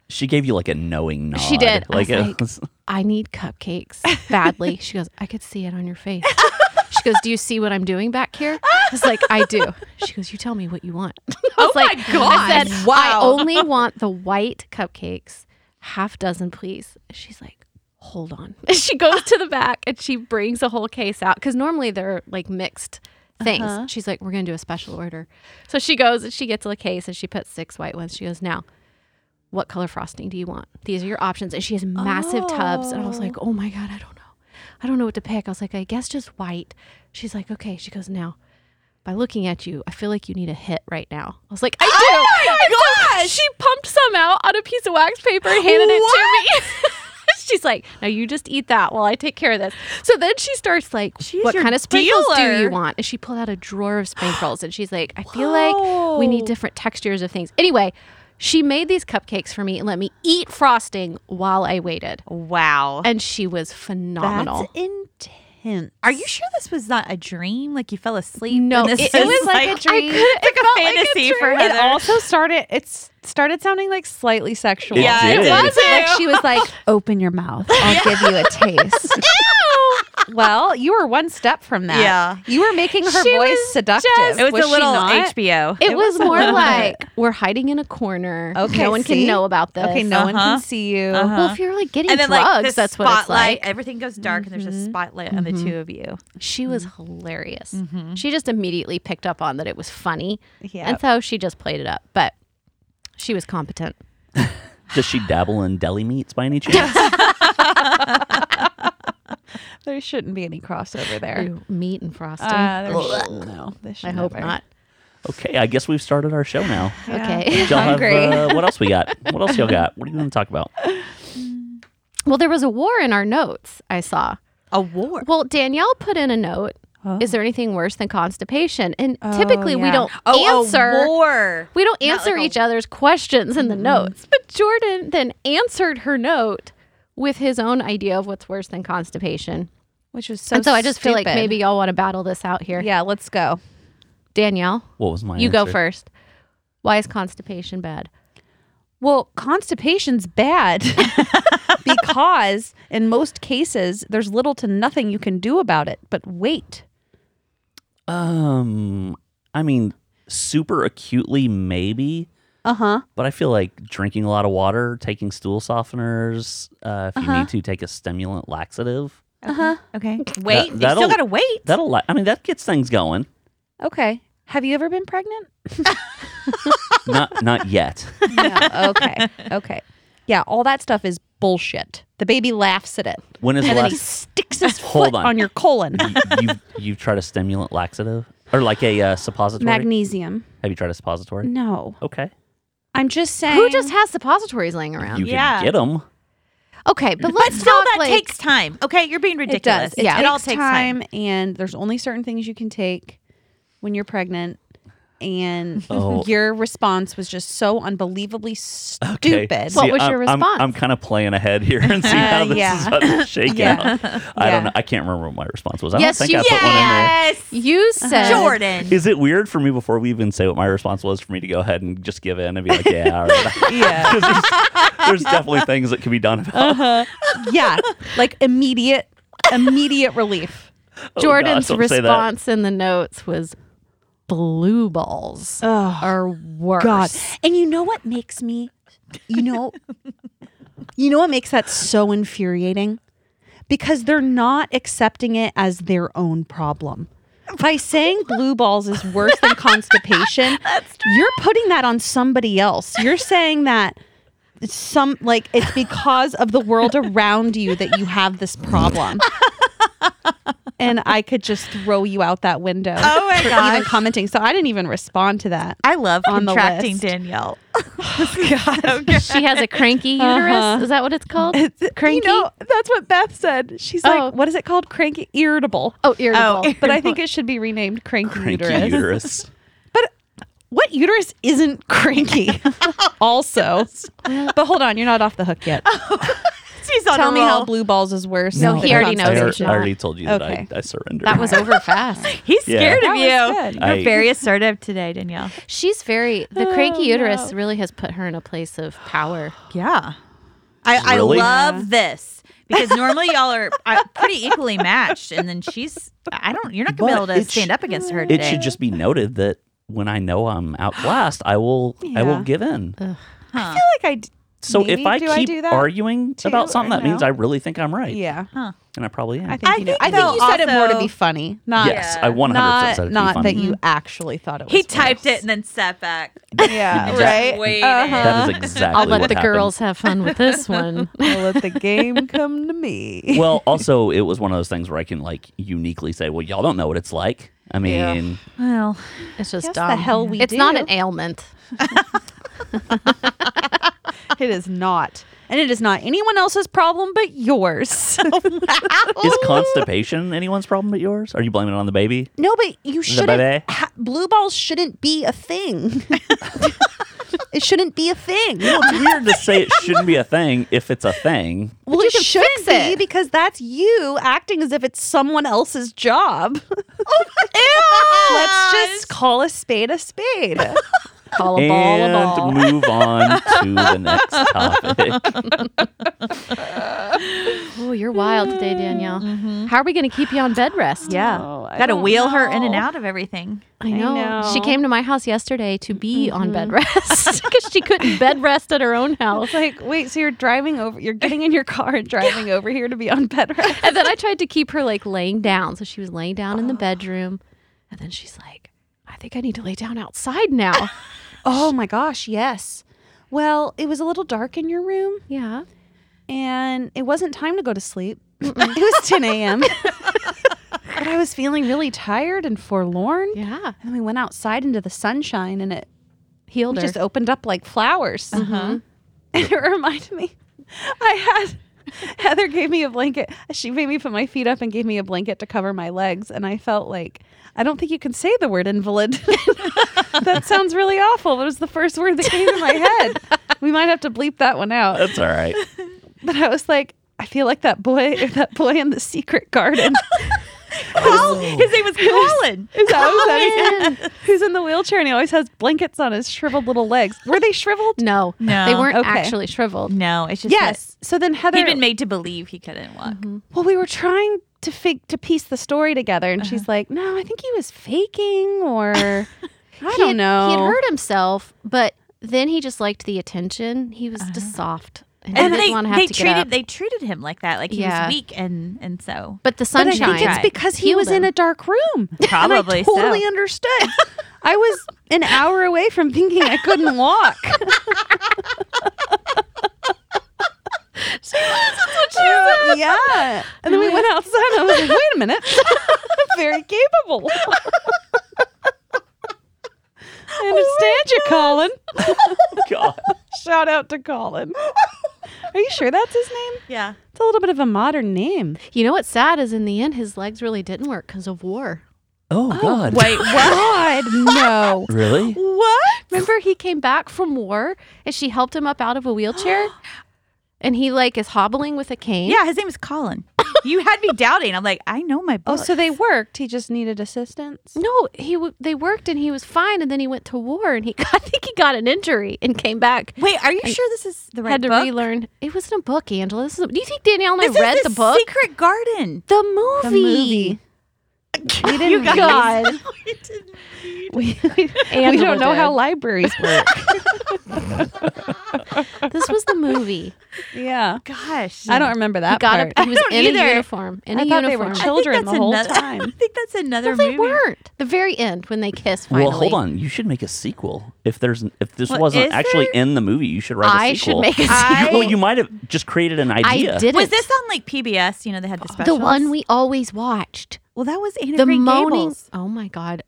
Speaker 2: She gave you like a knowing nod.
Speaker 1: She did. I
Speaker 2: Like,
Speaker 1: was
Speaker 2: it
Speaker 1: like-
Speaker 2: was-
Speaker 1: I need cupcakes badly. she goes, I could see it on your face. She goes, Do you see what I'm doing back here? I was like, I do. She goes, You tell me what you want. I was like, I said, I
Speaker 4: Wow.
Speaker 1: only want the white cupcakes, half dozen, please. She's like, Hold on. She goes to the back and she brings a whole case out because normally they're like mixed things. She's like, We're going to do a special order. So she goes and she gets a case and she puts six white ones. She goes, Now, what color frosting do you want? These are your options. And she has massive tubs. And I was like, oh my God, I don't know. I don't know what to pick. I was like, I guess just white. She's like, okay. She goes, now, by looking at you, I feel like you need a hit right now. I was like, I do. And so she pumped some out on a piece of wax paper and handed it to me. She's like, now you just eat that while I take care of this. So then she starts like,
Speaker 4: She's
Speaker 1: what
Speaker 4: your
Speaker 1: kind of sprinkles do you
Speaker 4: dealer.
Speaker 1: want? And she pulled out a drawer of sprinkles and she's like, I feel like we need
Speaker 3: Whoa.
Speaker 1: different textures of things. Anyway, she made these cupcakes for me and let me eat frosting while I waited.
Speaker 4: Wow.
Speaker 1: And she was phenomenal.
Speaker 3: That's intense.
Speaker 4: Are you sure this was not a dream? Like you fell asleep?
Speaker 1: No,
Speaker 4: and this
Speaker 1: it- it
Speaker 4: is
Speaker 1: was like a dream.
Speaker 4: I could-
Speaker 1: It
Speaker 4: It's like
Speaker 1: felt
Speaker 4: a
Speaker 1: like a
Speaker 4: fantasy for
Speaker 1: dream.
Speaker 4: Heather.
Speaker 3: It also started. It's started sounding like slightly sexual.
Speaker 2: It Yeah, it did. was.
Speaker 3: Like she was like, "Open your mouth. I'll give you a taste." well, you were one step from that.
Speaker 4: Yeah.
Speaker 3: you were making her
Speaker 1: She
Speaker 3: voice
Speaker 1: was
Speaker 3: seductive.
Speaker 4: it was, a
Speaker 3: she
Speaker 4: little
Speaker 3: not?
Speaker 4: HBO.
Speaker 1: It, was,
Speaker 3: a
Speaker 1: more
Speaker 3: little
Speaker 1: like we're hiding in a corner.
Speaker 3: Okay,
Speaker 1: no one
Speaker 3: see?
Speaker 1: can know about this.
Speaker 3: Okay, no one
Speaker 4: Uh-huh.
Speaker 3: can see you.
Speaker 1: Well, if you're like getting
Speaker 4: and then
Speaker 1: drugs,
Speaker 4: like the
Speaker 1: that's what
Speaker 4: spotlight,
Speaker 1: it's like.
Speaker 4: everything goes dark, and there's a spotlight on
Speaker 2: Mm-hmm.
Speaker 4: the two of you.
Speaker 1: She was
Speaker 4: Mm-hmm.
Speaker 1: hilarious. She just immediately picked up on that it was funny,
Speaker 3: Yeah.
Speaker 1: and so she just played it up. But she was competent.
Speaker 2: does she dabble in deli meats by any chance?
Speaker 3: There shouldn't be any crossover there.
Speaker 1: Ooh, meat and frosting.
Speaker 4: Ah,
Speaker 3: Uh, there should, no, there should
Speaker 1: I hope
Speaker 3: never.
Speaker 1: not.
Speaker 2: okay, I guess we've started our show now.
Speaker 1: Okay.
Speaker 2: Y'all have,
Speaker 3: Hungry.
Speaker 2: uh, what else we got? What else y'all got? What are you going to talk about?
Speaker 1: Well, there was a war in our notes. I saw
Speaker 4: a war.
Speaker 1: Well, Danielle put in a note. Is there anything worse than constipation? And typically we
Speaker 4: yeah.
Speaker 1: don't
Speaker 4: Oh,
Speaker 1: answer.
Speaker 4: a war.
Speaker 1: We don't answer each other's questions in the notes. But Jordan then answered her note with his own idea of what's worse than constipation.
Speaker 3: which is so.
Speaker 1: and so I just feel like
Speaker 3: stupid.
Speaker 1: maybe y'all want to battle this out here.
Speaker 3: Yeah, let's go.
Speaker 1: Danielle,
Speaker 2: What was my?
Speaker 1: you go
Speaker 2: answer?
Speaker 1: first. Why is constipation bad?
Speaker 3: Well, constipation's bad because in most cases there's little to nothing you can do about it. But wait,
Speaker 2: Um, I mean, super acutely maybe,
Speaker 3: uh
Speaker 1: Uh-huh.
Speaker 3: huh.
Speaker 2: but I feel like drinking a lot of water, taking stool softeners, uh, if
Speaker 1: Uh-huh.
Speaker 2: you need to, take a stimulant laxative.
Speaker 4: Uh huh. Okay. Wait. you
Speaker 2: that'll-
Speaker 4: still gotta wait.
Speaker 2: That'll, li- I mean, that gets things going.
Speaker 3: Okay. Have you ever been pregnant?
Speaker 2: Not, not yet.
Speaker 3: No. Okay. Okay. Yeah, all that stuff is bullshit. The baby laughs at it.
Speaker 2: When is the
Speaker 3: And then he
Speaker 2: last?
Speaker 3: sticks his
Speaker 2: Hold
Speaker 3: foot
Speaker 2: on.
Speaker 3: on. your colon.
Speaker 2: you, you you tried a stimulant laxative or like a uh, suppository?
Speaker 3: Magnesium.
Speaker 2: Have you tried a suppository?
Speaker 3: No.
Speaker 2: Okay,
Speaker 3: I'm just saying.
Speaker 1: Who just has suppositories laying around?
Speaker 2: you
Speaker 4: Yeah.
Speaker 2: can get them.
Speaker 1: okay, but
Speaker 4: but
Speaker 1: let's
Speaker 4: still,
Speaker 1: talk
Speaker 4: that
Speaker 1: like
Speaker 4: takes time. Okay, you're being
Speaker 3: It
Speaker 4: ridiculous.
Speaker 3: does.
Speaker 4: It,
Speaker 1: Yeah.
Speaker 4: it all takes time.
Speaker 3: and there's only certain things you can take when you're pregnant. And
Speaker 2: Oh.
Speaker 3: your response was just so unbelievably stupid.
Speaker 1: What was your response?
Speaker 2: I'm, kind of playing ahead here and see how
Speaker 3: Uh,
Speaker 2: this
Speaker 3: yeah.
Speaker 2: is about to shake
Speaker 3: Yeah.
Speaker 2: out. I
Speaker 3: Yeah.
Speaker 2: don't know. I can't remember what my response was. I
Speaker 1: Yes,
Speaker 2: don't think
Speaker 1: you-
Speaker 2: I put one in there.
Speaker 1: you said
Speaker 4: Jordan.
Speaker 2: Is it weird for me before we even say what my response was for me to go ahead and just give in and be like, yeah, all right.
Speaker 3: yeah.
Speaker 2: There's definitely things that can be done about
Speaker 3: yeah. Like immediate, immediate relief.
Speaker 2: oh,
Speaker 1: Jordan's
Speaker 2: gosh, don't say that.
Speaker 1: response in the notes was blue balls
Speaker 3: Oh,
Speaker 1: are worse.
Speaker 3: God. And you know what makes me, you know, you know what makes that so infuriating? Because they're not accepting it as their own problem. By saying blue balls is worse than constipation, you're putting that on somebody else. You're saying that some like it's because of the world around you that you have this problem. and I could just throw you out that window.
Speaker 4: Oh my
Speaker 3: for
Speaker 4: gosh.
Speaker 3: Even commenting, so I didn't even respond to that.
Speaker 4: I love
Speaker 3: On the
Speaker 4: contracting
Speaker 3: list. Oh,
Speaker 4: Danielle.
Speaker 1: She has a cranky uterus.
Speaker 3: Uh-huh.
Speaker 1: Is that what it's called? cranky.
Speaker 3: You know, that's what Beth said. She's
Speaker 1: Oh.
Speaker 3: like, what is it called? Cranky irritable.
Speaker 1: oh, irritable.
Speaker 4: Oh.
Speaker 3: But I think it should be renamed cranky,
Speaker 2: Cranky
Speaker 3: uterus.
Speaker 2: uterus.
Speaker 3: But what uterus isn't cranky? also. But hold on, you're not off the hook yet.
Speaker 4: She's on
Speaker 3: Tell
Speaker 4: a
Speaker 3: me
Speaker 4: roll.
Speaker 3: how blue balls is worse.
Speaker 1: No,
Speaker 3: than
Speaker 1: he already
Speaker 2: I,
Speaker 1: knows
Speaker 3: constipation.
Speaker 2: al-
Speaker 1: it's
Speaker 2: I
Speaker 1: not.
Speaker 2: already told you
Speaker 3: Okay.
Speaker 2: that I, I surrendered.
Speaker 1: that was over fast.
Speaker 4: He's
Speaker 2: Yeah.
Speaker 4: scared of
Speaker 3: That was
Speaker 4: you.
Speaker 3: good.
Speaker 4: You're
Speaker 2: I-
Speaker 4: very assertive today, Danielle.
Speaker 1: She's very the cranky uterus
Speaker 3: Oh, no.
Speaker 1: really has put her in a place of power.
Speaker 4: Yeah. I,
Speaker 2: Really?
Speaker 4: I love this because normally y'all are uh, pretty equally matched, and then she's I don't you're not gonna be
Speaker 2: But
Speaker 4: able to
Speaker 2: it sh-
Speaker 4: stand up against her
Speaker 2: It
Speaker 4: today.
Speaker 2: should just be noted that when I know I'm outclassed, I will I
Speaker 3: Yeah.
Speaker 2: will give in.
Speaker 4: Huh.
Speaker 3: I feel like I. d-
Speaker 2: So
Speaker 3: maybe
Speaker 2: if I
Speaker 3: do
Speaker 2: keep
Speaker 3: do that?
Speaker 2: arguing
Speaker 3: too,
Speaker 2: about something,
Speaker 3: or
Speaker 2: that means
Speaker 3: no?
Speaker 2: I really think I'm right.
Speaker 3: Yeah.
Speaker 2: And I probably am.
Speaker 3: I think,
Speaker 4: I
Speaker 3: you, know.
Speaker 4: think
Speaker 3: I think
Speaker 4: though
Speaker 3: you said it more to
Speaker 4: also-
Speaker 3: be funny, not
Speaker 2: yes, I 100%
Speaker 3: not,
Speaker 2: said it to be
Speaker 3: not
Speaker 2: funny.
Speaker 3: that you actually thought it was.
Speaker 4: he typed
Speaker 3: worse.
Speaker 4: it and then sat back.
Speaker 3: Yeah,
Speaker 2: Just
Speaker 3: right. Uh-huh.
Speaker 4: waited.
Speaker 2: That is exactly
Speaker 1: I'll let
Speaker 2: what
Speaker 1: the
Speaker 2: happened.
Speaker 1: girls have fun with this one.
Speaker 3: I'll let the game come to me.
Speaker 2: well, also, it was one of those things where I can like uniquely say, "Well, y'all don't know what it's like." I mean,
Speaker 4: Well,
Speaker 1: It's just
Speaker 3: Yes, the
Speaker 1: dumb.
Speaker 3: hell we
Speaker 1: it's not
Speaker 3: do.
Speaker 1: an ailment.
Speaker 3: It is not. And it is not anyone else's problem but yours.
Speaker 2: is constipation anyone's problem but yours? Are you blaming it on the baby?
Speaker 3: no, but you
Speaker 2: baby?
Speaker 3: shouldn't. Ha- blue balls shouldn't be a thing. it shouldn't be a thing.
Speaker 2: Well, it's weird to say it shouldn't be a thing if it's a thing.
Speaker 3: Well, it should
Speaker 1: fix
Speaker 3: be
Speaker 1: it.
Speaker 3: because that's you acting as if it's someone else's job. Oh Let's just call a spade a spade.
Speaker 1: Call a ball a
Speaker 2: and
Speaker 1: ball.
Speaker 2: move on to the next topic.
Speaker 1: Oh, you're wild today, Danielle.
Speaker 3: Mm-hmm.
Speaker 1: How are we going to keep you on bed rest?
Speaker 4: yeah,
Speaker 3: Oh, I
Speaker 4: gotta
Speaker 3: don't
Speaker 4: wheel her in and
Speaker 3: know.
Speaker 4: out of everything.
Speaker 1: I know.
Speaker 3: know. Mm-hmm.
Speaker 1: She came to my house yesterday to be on bed rest because she couldn't bed rest at her own house.
Speaker 3: It's like, wait, so you're driving over, you're getting in your car and driving over here to be on bed rest.
Speaker 1: And then I tried to keep her like laying down. So she was laying down in the bedroom. And then she's like, I think I need to lay down outside now.
Speaker 3: Oh my gosh, yes. Well, it was a little dark in your room.
Speaker 1: yeah.
Speaker 3: and it wasn't time to go to sleep. it was 10 a.m. but I was feeling really tired and forlorn.
Speaker 1: Yeah.
Speaker 3: And then we went outside into the sunshine and it
Speaker 1: Healed her.
Speaker 4: Uh-huh.
Speaker 3: just opened up like flowers. And it reminded me I had Heather gave me a blanket. She made me put my feet up and gave me a blanket to cover my legs. And I felt like, I don't think you can say the word invalid. that sounds really awful, but it was the first word that came to my head. We might have to bleep that one out.
Speaker 2: That's all right.
Speaker 3: But I was like, I feel like that boy, that boy in the secret garden.
Speaker 4: Col- His name Oh. was Colin.
Speaker 3: Is that what that is? Who's in the wheelchair and he always has blankets on his shriveled little legs. Were they shriveled?
Speaker 1: No,
Speaker 4: No.
Speaker 1: they weren't
Speaker 3: Okay.
Speaker 1: actually shriveled.
Speaker 4: No, it's just
Speaker 3: Yes. So then
Speaker 4: that
Speaker 3: Heather
Speaker 4: He'd been made to believe he couldn't walk.
Speaker 1: Mm-hmm.
Speaker 3: well, we were trying to fig- to piece the story together, and
Speaker 1: Uh-huh.
Speaker 3: she's like, "No, I think he was faking, or I
Speaker 1: he
Speaker 3: don't
Speaker 1: had,
Speaker 3: know."
Speaker 1: He had hurt himself, but then he just liked the attention. He was just soft, and, he
Speaker 4: Uh-huh. And
Speaker 1: didn't
Speaker 4: they,
Speaker 1: want to have
Speaker 4: they
Speaker 1: to
Speaker 4: treated
Speaker 1: get up.
Speaker 4: they treated him like that, like he
Speaker 1: Yeah.
Speaker 4: was weak and and so.
Speaker 1: but the
Speaker 3: But I
Speaker 1: sunshine.
Speaker 3: think it's because he
Speaker 1: healed
Speaker 3: was in
Speaker 1: him.
Speaker 3: a dark room.
Speaker 4: Probably
Speaker 3: and I totally
Speaker 4: so.
Speaker 3: understood. I was an hour away from thinking I couldn't walk. Uh, yeah. And then we went outside. I was like, wait a minute. I'm very capable.
Speaker 1: Oh
Speaker 3: I understand you, Colin.
Speaker 2: God.
Speaker 3: Shout out to Colin. Are you sure that's his name?
Speaker 4: Yeah.
Speaker 3: It's a little bit of a modern name.
Speaker 1: You know what's sad is in the end his legs really didn't work because of war.
Speaker 2: Oh, God.
Speaker 3: Wait, what? God, no.
Speaker 2: Really?
Speaker 3: What?
Speaker 1: Remember he came back from war and she helped him up out of a wheelchair, and he like is hobbling with a cane.
Speaker 4: Yeah, his name is Colin. you had me doubting. I'm like, I know my
Speaker 3: Oh,
Speaker 4: book.
Speaker 3: so they worked. He just needed assistance.
Speaker 1: No, he w- they worked and he was fine, and then he went to war and he got, I think he got an injury and came back.
Speaker 4: Wait, are you sure this is the right
Speaker 1: had to
Speaker 4: book?
Speaker 1: relearn. It wasn't a book, Angela. This is a, do you think Danielle and
Speaker 4: This
Speaker 1: I
Speaker 4: is
Speaker 1: read the book?
Speaker 4: Secret Garden.
Speaker 1: the
Speaker 3: The
Speaker 1: movie.
Speaker 3: movie. We didn't
Speaker 1: You guys.
Speaker 3: We, we, we
Speaker 1: Angela
Speaker 3: don't know
Speaker 1: did.
Speaker 3: how libraries work.
Speaker 1: this was the movie.
Speaker 3: yeah.
Speaker 4: Gosh,
Speaker 3: I don't remember that
Speaker 1: he got
Speaker 3: part.
Speaker 1: up. He was
Speaker 4: don't
Speaker 1: in
Speaker 4: either.
Speaker 1: a uniform. In
Speaker 3: I
Speaker 1: a
Speaker 3: thought they were
Speaker 1: uniform.
Speaker 3: chil- children the whole time.
Speaker 4: I think that's another
Speaker 1: No, they
Speaker 4: movie.
Speaker 1: weren't. The very end when they kiss. Finally.
Speaker 2: Well, hold on. You should make a sequel. If there's, an- if this
Speaker 4: What,
Speaker 2: wasn't
Speaker 4: is
Speaker 2: actually
Speaker 4: there?
Speaker 2: in the movie, you should write
Speaker 1: I
Speaker 2: a
Speaker 1: should
Speaker 2: sequel.
Speaker 1: make a sequel.
Speaker 4: I-
Speaker 2: well, you might have just created an
Speaker 1: I
Speaker 2: idea.
Speaker 1: didn't.
Speaker 4: Was this on like PBS? You know, they had the
Speaker 1: the
Speaker 4: specials.
Speaker 1: one we always watched?
Speaker 4: Well, that was Anna
Speaker 1: the
Speaker 4: Green
Speaker 1: moaning.
Speaker 4: Gables.
Speaker 1: Oh my god.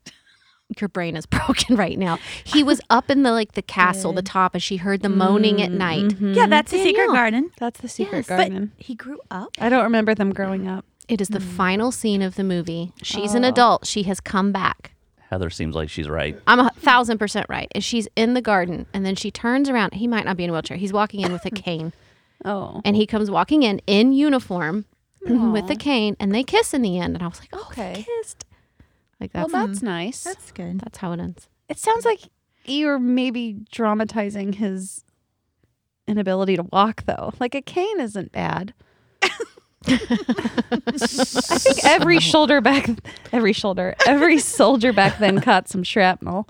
Speaker 1: Your brain is broken right now. He was up in the like the castle, the top, and she heard the moaning at night.
Speaker 4: Yeah, that's the Secret
Speaker 1: Danielle.
Speaker 4: Garden.
Speaker 3: That's the secret
Speaker 1: Yes, but-
Speaker 3: garden.
Speaker 4: But he grew up.
Speaker 3: I don't remember them growing up.
Speaker 1: It is the final scene of the movie. She's an adult. She has come back.
Speaker 2: Heather seems like she's right.
Speaker 1: I'm a thousand percent right. And she's in the garden, and then she turns around. He might not be in a wheelchair. He's walking in with a cane,
Speaker 3: Oh.
Speaker 1: and he comes walking in in uniform with the cane, and they kiss in the end. And I was like, oh, they
Speaker 3: Okay.
Speaker 1: kissed. Like
Speaker 3: Well,
Speaker 1: that's
Speaker 3: that's nice.
Speaker 4: That's good.
Speaker 1: that's how it ends.
Speaker 3: it sounds like you're maybe dramatizing his inability to walk, though. Like a cane isn't bad. I think every shoulder back, every shoulder, every soldier back then caught some shrapnel.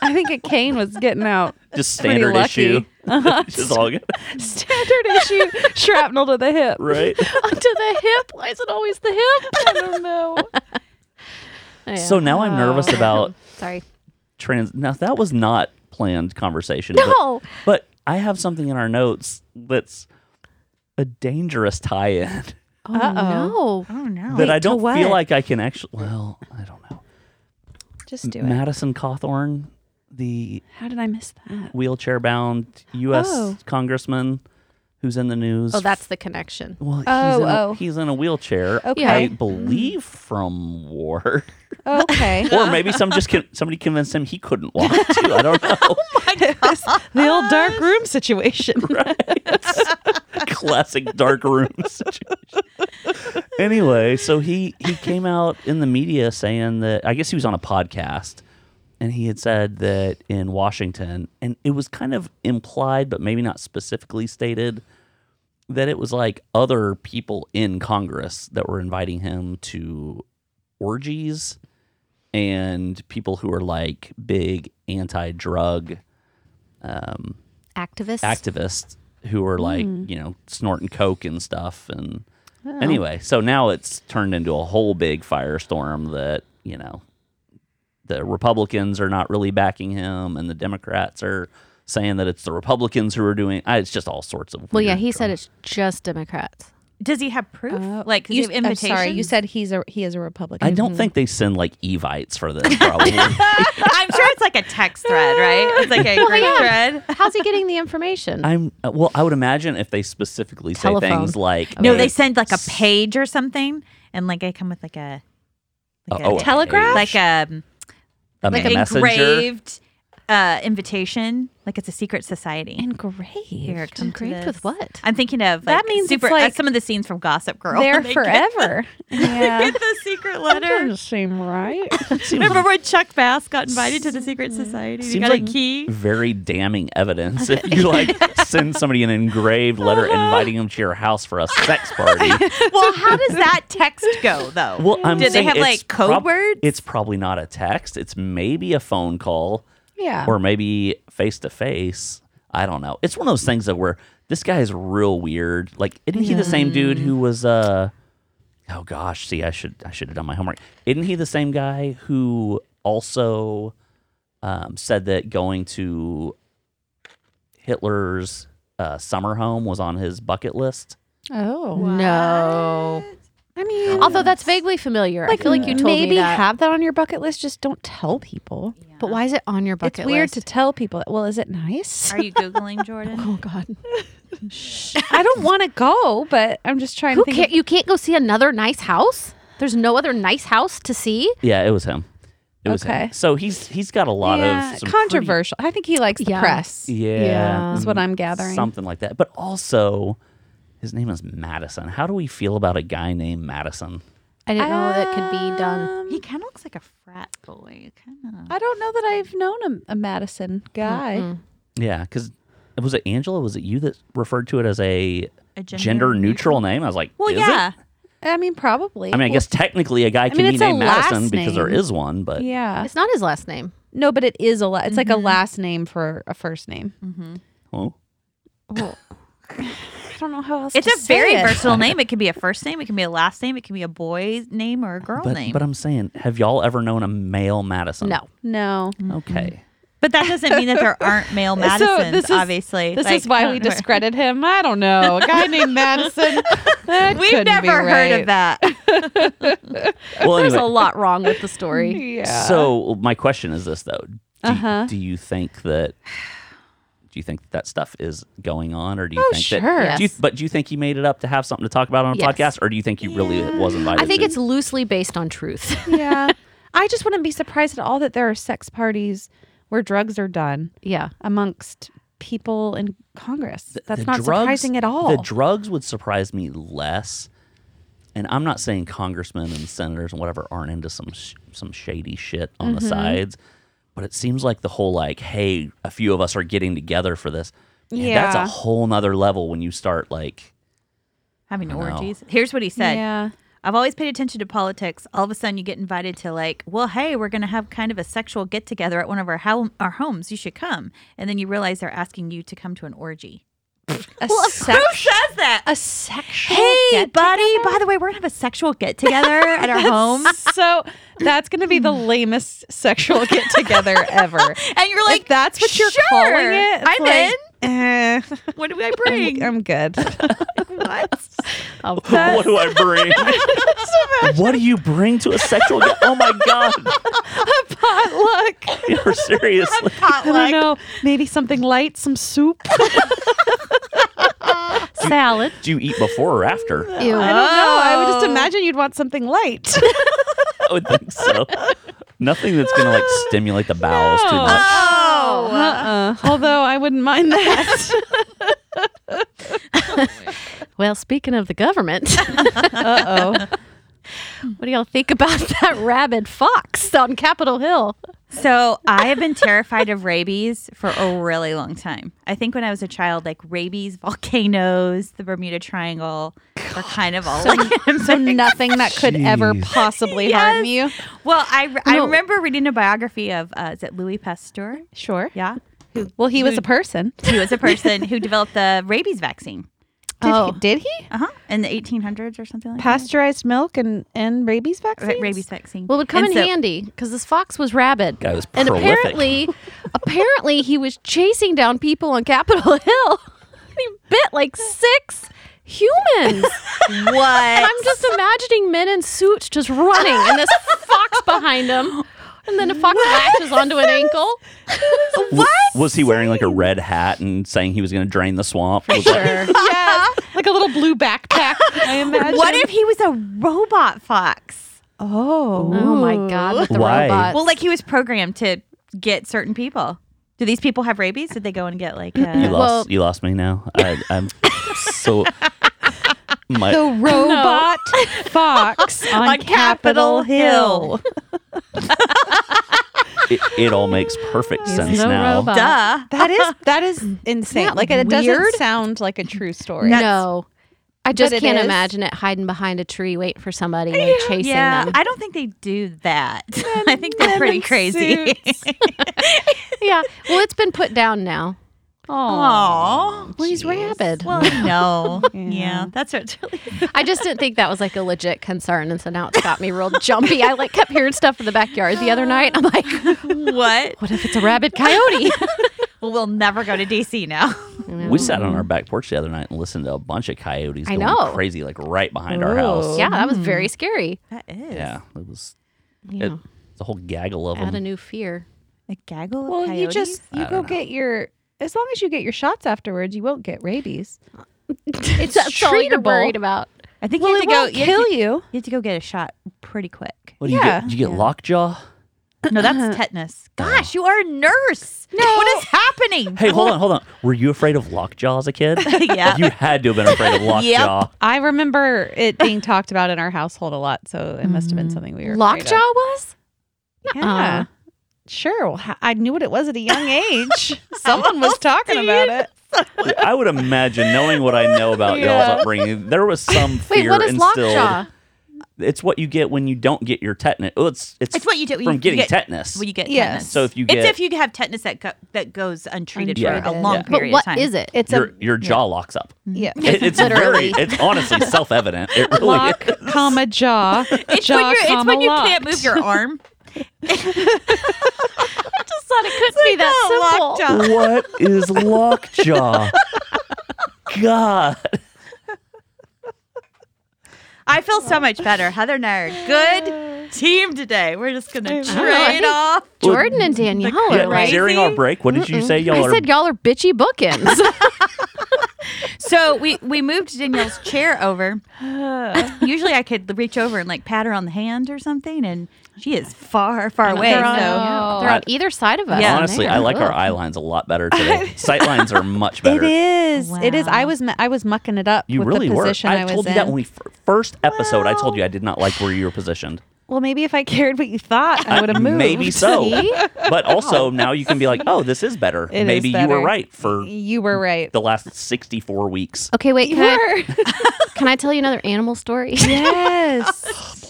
Speaker 3: I think a cane was getting out.
Speaker 2: Just
Speaker 3: Pretty
Speaker 2: standard
Speaker 3: lucky.
Speaker 2: issue. just all good.
Speaker 3: Standard issue shrapnel to the hip.
Speaker 2: Right.
Speaker 1: Onto the hip. Why is it always the hip?
Speaker 3: I don't know.
Speaker 2: So now I'm
Speaker 3: Oh.
Speaker 2: nervous about
Speaker 1: sorry.
Speaker 2: trans. Now that was not planned conversation.
Speaker 1: No.
Speaker 2: But, but I have something in our notes that's a dangerous tie-in
Speaker 1: Oh no.
Speaker 4: Oh no.
Speaker 2: that I
Speaker 3: to
Speaker 2: don't
Speaker 3: what?
Speaker 2: feel like I can actually. Well, I don't know.
Speaker 3: Just do it.
Speaker 2: Madison Cawthorn, the
Speaker 3: How did I miss that?
Speaker 2: wheelchair-bound U.S.
Speaker 3: Oh.
Speaker 2: congressman who's in the news.
Speaker 1: Oh, that's the connection.
Speaker 2: Well, he's,
Speaker 3: Oh,
Speaker 2: in a,
Speaker 3: oh.
Speaker 2: he's in a wheelchair.
Speaker 3: Okay.
Speaker 2: I believe from war,
Speaker 3: Okay.
Speaker 2: or maybe some just con- somebody convinced him he couldn't walk too. I don't know.
Speaker 3: the old dark room situation.
Speaker 2: classic dark room situation. Anyway, so he he came out in the media saying that I guess he was on a podcast and he had said that in Washington and it was kind of implied but maybe not specifically stated that it was like other people in Congress that were inviting him to orgies and people who are like big anti-drug um
Speaker 1: Activists.
Speaker 2: activists who were like, you know, snorting coke and stuff. And anyway, so now it's turned into a whole big firestorm that, you know, the Republicans are not really backing him and the Democrats are saying that it's the Republicans who are doing I- it's just all sorts of
Speaker 1: well, yeah,
Speaker 2: weird
Speaker 1: he
Speaker 2: drama.
Speaker 1: said it's just Democrats.
Speaker 4: Does he have proof?
Speaker 3: Oh,
Speaker 4: like, does he
Speaker 3: you,
Speaker 4: have
Speaker 3: I'm
Speaker 4: invitation?
Speaker 3: sorry, you said he's a he is a Republican.
Speaker 2: I don't think they send like Evites for this. Probably.
Speaker 4: I'm sure it's like a text thread, right? It's like a
Speaker 1: Oh
Speaker 4: group thread.
Speaker 1: How's he getting the information?
Speaker 2: I'm uh, well. I would imagine if they specifically say
Speaker 1: Telephone.
Speaker 2: things like
Speaker 4: No,
Speaker 2: a-
Speaker 4: they send like a page or something, and like I come with like a like
Speaker 2: Oh, a
Speaker 1: Telegraph?
Speaker 4: like um, a
Speaker 2: a
Speaker 4: like
Speaker 2: messenger.
Speaker 4: engraved uh, invitation, like it's a secret society.
Speaker 1: engraved.
Speaker 4: Here, come to
Speaker 1: engraved with
Speaker 4: this.
Speaker 1: what?
Speaker 4: I'm thinking of
Speaker 3: That
Speaker 4: like,
Speaker 3: means it's
Speaker 4: super, uh,
Speaker 3: like
Speaker 4: some of the scenes from Gossip Girl.
Speaker 3: they're
Speaker 4: They get
Speaker 3: forever.
Speaker 4: the-
Speaker 3: yeah.
Speaker 4: Get the secret letter.
Speaker 3: seem right.
Speaker 4: Remember when Chuck Bass got invited to the secret society? and He
Speaker 2: Seems
Speaker 4: got
Speaker 2: like-
Speaker 4: a key.
Speaker 2: Very damning evidence. If you like send somebody an engraved letter inviting them to your house for a sex party.
Speaker 4: well, how does that text go though?
Speaker 2: Well, I'm
Speaker 4: Did they
Speaker 2: saying
Speaker 4: have
Speaker 2: it's
Speaker 4: like code
Speaker 2: prob-
Speaker 4: words?
Speaker 2: It's probably not a text. It's maybe a phone call.
Speaker 3: Yeah.
Speaker 2: Or maybe face to face. I don't know. It's one of those things that where this guy is real weird. Like, isn't he the same
Speaker 4: Mm.
Speaker 2: dude who was uh oh gosh, see I should I should have done my homework. Isn't he the same guy who also um, said that going to Hitler's uh, summer home was on his bucket list?
Speaker 3: Oh.
Speaker 1: No.
Speaker 3: I mean,
Speaker 1: Although that's vaguely familiar. I feel like you told
Speaker 3: maybe
Speaker 1: me that.
Speaker 3: have that on your bucket list. Just don't tell people.
Speaker 1: but why is it on your bucket
Speaker 3: It's weird to
Speaker 1: list?
Speaker 3: tell people. Well, is it nice?
Speaker 4: Are you googling Jordan?
Speaker 1: oh God.
Speaker 3: I don't want to go, but I'm just trying
Speaker 1: Who
Speaker 3: to think.
Speaker 1: can't? You can't go see another nice house. There's no other nice house to see.
Speaker 2: Yeah, it was him. It was him.
Speaker 3: Okay.
Speaker 2: So he's he's got a lot
Speaker 3: yeah,
Speaker 2: of some pretty-
Speaker 3: controversial. I think he likes the
Speaker 1: Yeah.
Speaker 3: press.
Speaker 2: yeah, mm,
Speaker 1: Yeah.
Speaker 3: Is what I'm gathering.
Speaker 2: Something like that. But also, his name is Madison. How do we feel about a guy named Madison?
Speaker 1: I didn't know that could be done.
Speaker 3: Um,
Speaker 4: He kind of looks like a frat boy. Kind of.
Speaker 3: I don't know that I've known a, a Madison guy.
Speaker 2: Yeah, because was it Angela? Was it you that referred to it as a,
Speaker 4: A gender
Speaker 2: gender neutral name? I was like,
Speaker 4: Well,
Speaker 2: is
Speaker 4: yeah.
Speaker 2: It?
Speaker 3: I mean, probably.
Speaker 2: I mean, I guess technically a guy can
Speaker 3: mean,
Speaker 2: be
Speaker 3: it's a
Speaker 2: named Madison
Speaker 3: last
Speaker 2: because there
Speaker 3: name.
Speaker 2: is one, but
Speaker 3: yeah.
Speaker 1: It's not his last name.
Speaker 3: No, but it is a la- it's like a last name for a first name.
Speaker 1: Mm.
Speaker 2: oh,
Speaker 3: I don't know how else.
Speaker 4: It's
Speaker 3: to
Speaker 4: a
Speaker 3: say
Speaker 4: very
Speaker 3: it.
Speaker 4: versatile name. It can be a first name. It can be a last name. It can be a boy's name or a girl
Speaker 2: but
Speaker 4: name.
Speaker 2: but I'm saying, have y'all ever known a male Madison?
Speaker 1: No.
Speaker 3: No.
Speaker 2: Okay.
Speaker 4: But that doesn't mean that there aren't male Madisons,
Speaker 3: this is-
Speaker 4: obviously.
Speaker 3: This
Speaker 4: Like,
Speaker 3: is why we
Speaker 4: we're-
Speaker 3: discredit him. I don't know. A guy named Madison. That
Speaker 4: We've
Speaker 3: couldn't be
Speaker 4: never heard
Speaker 3: right.
Speaker 4: of that.
Speaker 2: Well,
Speaker 1: There's a
Speaker 2: anyway,
Speaker 1: lot wrong with the story.
Speaker 3: Yeah.
Speaker 2: So my question is this though: do,
Speaker 3: Uh-huh.
Speaker 2: do you think that do you think that, that stuff is going on, or do you
Speaker 3: Oh,
Speaker 2: think
Speaker 3: sure.
Speaker 2: that? Do you,
Speaker 1: Yes.
Speaker 2: but do you think he made it up to have something to talk about on a
Speaker 1: Yes.
Speaker 2: podcast, or do you think he really was invited?
Speaker 1: I think
Speaker 2: to-
Speaker 1: it's loosely based on truth.
Speaker 3: yeah. I just wouldn't be surprised at all that there are sex parties where drugs are done
Speaker 1: yeah.
Speaker 3: amongst people in Congress. That's
Speaker 2: the
Speaker 3: not
Speaker 2: drugs-
Speaker 3: surprising at all.
Speaker 2: The drugs would surprise me less. And I'm not saying congressmen and senators and whatever aren't into some sh- some shady shit on
Speaker 3: Mm-hmm.
Speaker 2: the sides, but it seems like the whole like, hey, a few of us are getting together for this. Man, that's
Speaker 3: Yeah.
Speaker 2: a whole nother level when you start like
Speaker 4: Having
Speaker 2: know.
Speaker 4: orgies. Here's what he said.
Speaker 3: yeah.
Speaker 4: I've always paid attention to politics. All of a sudden, you get invited to like, well, hey, we're going to have kind of a sexual get together at one of our ho- our homes. You should come. And then you realize they're asking you to come to an orgy.
Speaker 3: A, sex-
Speaker 4: Who says that?
Speaker 3: a sexual.
Speaker 4: hey,
Speaker 3: get-
Speaker 4: buddy. By the way, we're going to have a sexual get together at our home.
Speaker 3: so that's going to be the lamest sexual get together ever.
Speaker 4: And you're like,
Speaker 3: if that's what you're
Speaker 4: sure,
Speaker 3: calling it.
Speaker 4: I'm
Speaker 3: in.
Speaker 4: What do I
Speaker 3: I'm,
Speaker 4: bring?
Speaker 3: I'm good.
Speaker 4: what?
Speaker 1: Oh,
Speaker 2: what do I bring? what do you bring to a sexual? ga- oh my god!
Speaker 3: Potluck.
Speaker 2: You're seriously.
Speaker 3: I don't know. Maybe something light, some soup.
Speaker 1: salad.
Speaker 2: Do you eat before or after?
Speaker 1: Ew.
Speaker 3: I don't know. I would just imagine you'd want something light.
Speaker 2: I would think so. Nothing that's gonna like stimulate the bowels too
Speaker 3: No.
Speaker 2: much.
Speaker 4: Oh.
Speaker 3: Uh-uh. Although I wouldn't mind that.
Speaker 1: Well, speaking of the government, what
Speaker 3: Uh oh.
Speaker 1: do y'all think about that rabid fox on Capitol Hill?
Speaker 4: So I have been terrified of rabies for a really long time. I think when I was a child, like rabies, volcanoes, the Bermuda Triangle were kind of all like.
Speaker 3: So nothing that could ever possibly harm you.
Speaker 4: well, I, I
Speaker 3: No.
Speaker 4: remember reading a biography of uh, is it Louis Pasteur?
Speaker 3: Sure.
Speaker 4: Yeah,
Speaker 3: Well, he was a person.
Speaker 4: he was a person who developed the rabies vaccine.
Speaker 3: Did,
Speaker 1: Oh.
Speaker 3: he, did he?
Speaker 4: Uh huh. In the 1800s or something like
Speaker 3: Pasteurized milk and, and rabies
Speaker 4: that. Ra-
Speaker 3: vaccine?
Speaker 4: Rabies vaccine.
Speaker 1: Well, it would come
Speaker 4: And
Speaker 1: in
Speaker 4: so-
Speaker 1: handy because this fox was rabid.
Speaker 2: Guy was
Speaker 1: and
Speaker 2: prolific.
Speaker 1: apparently, apparently he was chasing down people on Capitol Hill. he bit like six. humans.
Speaker 4: What?
Speaker 1: I'm just imagining men in suits just running and this fox behind them. And then a fox latches onto an ankle.
Speaker 2: What? Was he wearing like a red hat and saying he was going to drain the swamp? Was that-
Speaker 3: yeah, like a little blue backpack. I imagine.
Speaker 4: what if he was a robot fox?
Speaker 3: Oh,
Speaker 1: Oh my God, with the
Speaker 2: Why?
Speaker 1: robots.
Speaker 4: Well, like he was programmed to get certain people. Do these people have rabies? Did they go and get like
Speaker 2: you
Speaker 4: a,
Speaker 2: lost.
Speaker 1: Well-
Speaker 2: you lost me now. I, I'm so. My,
Speaker 3: the robot fox on,
Speaker 4: On
Speaker 3: Capitol
Speaker 4: Capitol
Speaker 3: Hill?
Speaker 2: it, it all makes perfect sense
Speaker 1: the
Speaker 2: now.
Speaker 1: robot.
Speaker 4: duh?
Speaker 3: That is that is insane.
Speaker 1: Isn't that
Speaker 3: like it
Speaker 1: weird?
Speaker 3: doesn't sound like a true story.
Speaker 1: No. I just
Speaker 3: But it
Speaker 1: can't
Speaker 3: is.
Speaker 1: imagine it hiding behind a tree waiting for somebody and chasing
Speaker 4: Yeah,
Speaker 1: them.
Speaker 4: I don't think they do that. I think they're pretty
Speaker 3: in
Speaker 4: crazy.
Speaker 1: yeah. Well, it's been put down now.
Speaker 4: Aww.
Speaker 1: Well, he's rabid.
Speaker 4: Well, no. yeah. that's what's really.
Speaker 1: I just didn't think that was like a legit concern, and so now it's got me real jumpy. I like kept hearing stuff in the backyard the other night. I'm like,
Speaker 4: what?
Speaker 1: what if it's a rabid coyote?
Speaker 4: Well, we'll never go to DC now.
Speaker 2: We sat on our back porch the other night and listened to a bunch of coyotes
Speaker 1: I
Speaker 2: going
Speaker 1: know.
Speaker 2: crazy, like right behind our house.
Speaker 1: yeah, that was very scary.
Speaker 4: That is.
Speaker 2: Yeah, it was
Speaker 1: You
Speaker 2: it, um,
Speaker 1: know,
Speaker 2: the whole gaggle of
Speaker 1: add a
Speaker 2: them.
Speaker 1: new fear.
Speaker 4: A gaggle of
Speaker 3: Well, you
Speaker 4: coyotes?
Speaker 3: just you go get your as long as you get your shots afterwards, you won't get rabies.
Speaker 1: It's
Speaker 3: That's all you're
Speaker 1: treatable.
Speaker 3: worried
Speaker 1: Worried about.
Speaker 4: I think
Speaker 3: Well,
Speaker 4: you
Speaker 3: it
Speaker 4: have to go.
Speaker 3: won't
Speaker 4: you have
Speaker 3: kill
Speaker 4: to-
Speaker 3: you.
Speaker 4: You have to go get a shot pretty quick.
Speaker 2: What do you get?
Speaker 3: Yeah.
Speaker 2: Did you get lockjaw?
Speaker 4: No, that's tetanus.
Speaker 3: Uh-huh.
Speaker 4: Gosh, you are a nurse. No. What is happening?
Speaker 2: Hey, hold on, hold on. Were you afraid of lockjaw as a kid?
Speaker 4: Yeah.
Speaker 2: You had to have been afraid of lockjaw.
Speaker 3: I remember it being talked about in our household a lot, so it must have
Speaker 4: Mm.
Speaker 3: been something we were afraid
Speaker 1: Lockjaw
Speaker 3: of.
Speaker 1: was?
Speaker 3: Yeah. Sure. Well, h- I knew what it was at a young age. Someone was talking about it.
Speaker 2: I would imagine, knowing what I know about
Speaker 3: Yeah.
Speaker 2: y'all's upbringing, there was some
Speaker 1: Wait,
Speaker 2: fear
Speaker 1: what is
Speaker 2: instilled.
Speaker 1: lockjaw?
Speaker 2: It's what you get when you don't get your tetanus. Well, it's, it's
Speaker 4: It's what you do
Speaker 2: from
Speaker 4: you
Speaker 2: getting
Speaker 4: get-
Speaker 2: tetanus.
Speaker 4: Well, you get
Speaker 3: Yes.
Speaker 4: tetanus.
Speaker 2: so if you get
Speaker 4: it's if you have tetanus that go, that goes untreated for a
Speaker 2: Untreated.
Speaker 4: long
Speaker 2: Yeah.
Speaker 1: But
Speaker 4: period
Speaker 1: what
Speaker 4: of time.
Speaker 1: is it?
Speaker 3: It's
Speaker 2: your
Speaker 3: a
Speaker 2: your jaw locks up.
Speaker 3: yeah.
Speaker 2: It- it's
Speaker 1: Literally.
Speaker 2: very. It's honestly self-evident. It really
Speaker 3: Lock,
Speaker 2: is.
Speaker 3: comma jaw.
Speaker 4: It's
Speaker 3: jaw,
Speaker 4: when, you're, it's
Speaker 3: comma,
Speaker 4: when you
Speaker 3: locked.
Speaker 4: can't move your arm.
Speaker 1: I thought it couldn't be
Speaker 4: oh,
Speaker 1: that simple.
Speaker 2: What is lockjaw? God.
Speaker 4: I feel so much better. Heather and I are good team today. We're just gonna
Speaker 1: I don't know, I
Speaker 4: trade
Speaker 1: think
Speaker 4: off.
Speaker 1: Jordan and Danielle
Speaker 2: Yeah,
Speaker 1: are like.
Speaker 2: During our break, what did you say?
Speaker 1: I
Speaker 2: Y'all are
Speaker 1: said y'all are bitchy bookends.
Speaker 4: So we we moved Danielle's chair over. Usually I could reach over and like pat her on the hand or something, and she is far far away.
Speaker 3: They're on-
Speaker 4: So
Speaker 3: Oh.
Speaker 1: They're on either side of us.
Speaker 4: Yeah.
Speaker 2: honestly, I like our eye lines a lot better today. Sight lines are much better.
Speaker 3: It is. It is. I
Speaker 4: Wow.
Speaker 3: was. mu- I was mucking it up.
Speaker 2: You
Speaker 3: with
Speaker 2: really
Speaker 3: the
Speaker 2: were.
Speaker 3: position I,
Speaker 2: I,
Speaker 3: was
Speaker 2: told you
Speaker 3: in.
Speaker 2: that when we f- first episode. I told you I did not like where you were positioned.
Speaker 3: Well, maybe if I cared what you thought, I would have moved.
Speaker 2: Maybe so,
Speaker 1: See?
Speaker 2: but also now you can be like, oh, this is better.
Speaker 3: It is
Speaker 2: Maybe you
Speaker 3: better.
Speaker 2: were right for
Speaker 3: You were right.
Speaker 2: the last sixty-four weeks.
Speaker 1: Okay, wait. Can I,
Speaker 3: were.
Speaker 1: can I tell you another animal story?
Speaker 3: yes.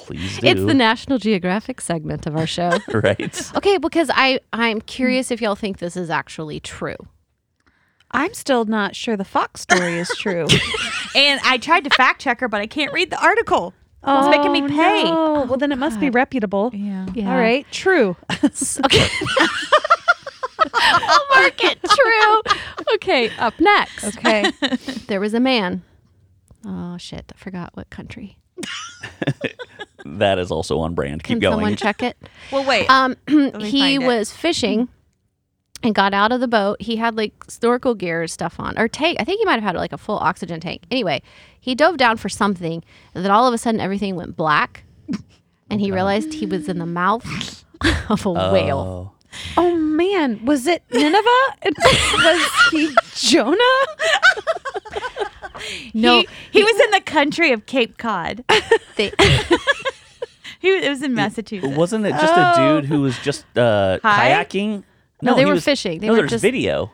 Speaker 2: Please do.
Speaker 1: It's the National Geographic segment of our show.
Speaker 2: right.
Speaker 1: okay, because I I'm curious if y'all think this is actually true.
Speaker 3: I'm still not sure the fox story is true.
Speaker 4: and I tried to fact check her, but I can't read the article. it's making
Speaker 1: Oh,
Speaker 4: me pay.
Speaker 3: Oh, no. Well, then it must be reputable.
Speaker 4: Yeah.
Speaker 1: Yeah.
Speaker 3: All right. True.
Speaker 1: Okay. I'll mark it true. Okay, up next.
Speaker 3: Okay.
Speaker 1: There was a man. Oh shit, I forgot what country.
Speaker 2: That is also on brand. Keep
Speaker 1: Can
Speaker 2: going.
Speaker 1: someone check it?
Speaker 4: Well, wait.
Speaker 1: Um,
Speaker 4: me
Speaker 1: he
Speaker 4: find it.
Speaker 1: was fishing and got out of the boat. He had like snorkel gear and stuff on, or tank. I think he might have had like a full oxygen tank. Anyway, he dove down for something, and then all of a sudden everything went black, and he realized he was in the mouth of a whale.
Speaker 2: Oh.
Speaker 3: Oh man, was it Nineveh? It- was he Jonah?
Speaker 1: No,
Speaker 4: he, he was in the country of Cape Cod.
Speaker 1: they-
Speaker 4: He was- it was in Massachusetts.
Speaker 2: Wasn't it just a dude who was just uh,
Speaker 4: Hi?
Speaker 2: kayaking?
Speaker 1: No, they
Speaker 2: he
Speaker 1: were fishing. They
Speaker 2: no,
Speaker 1: were
Speaker 2: there's
Speaker 1: just-
Speaker 2: video.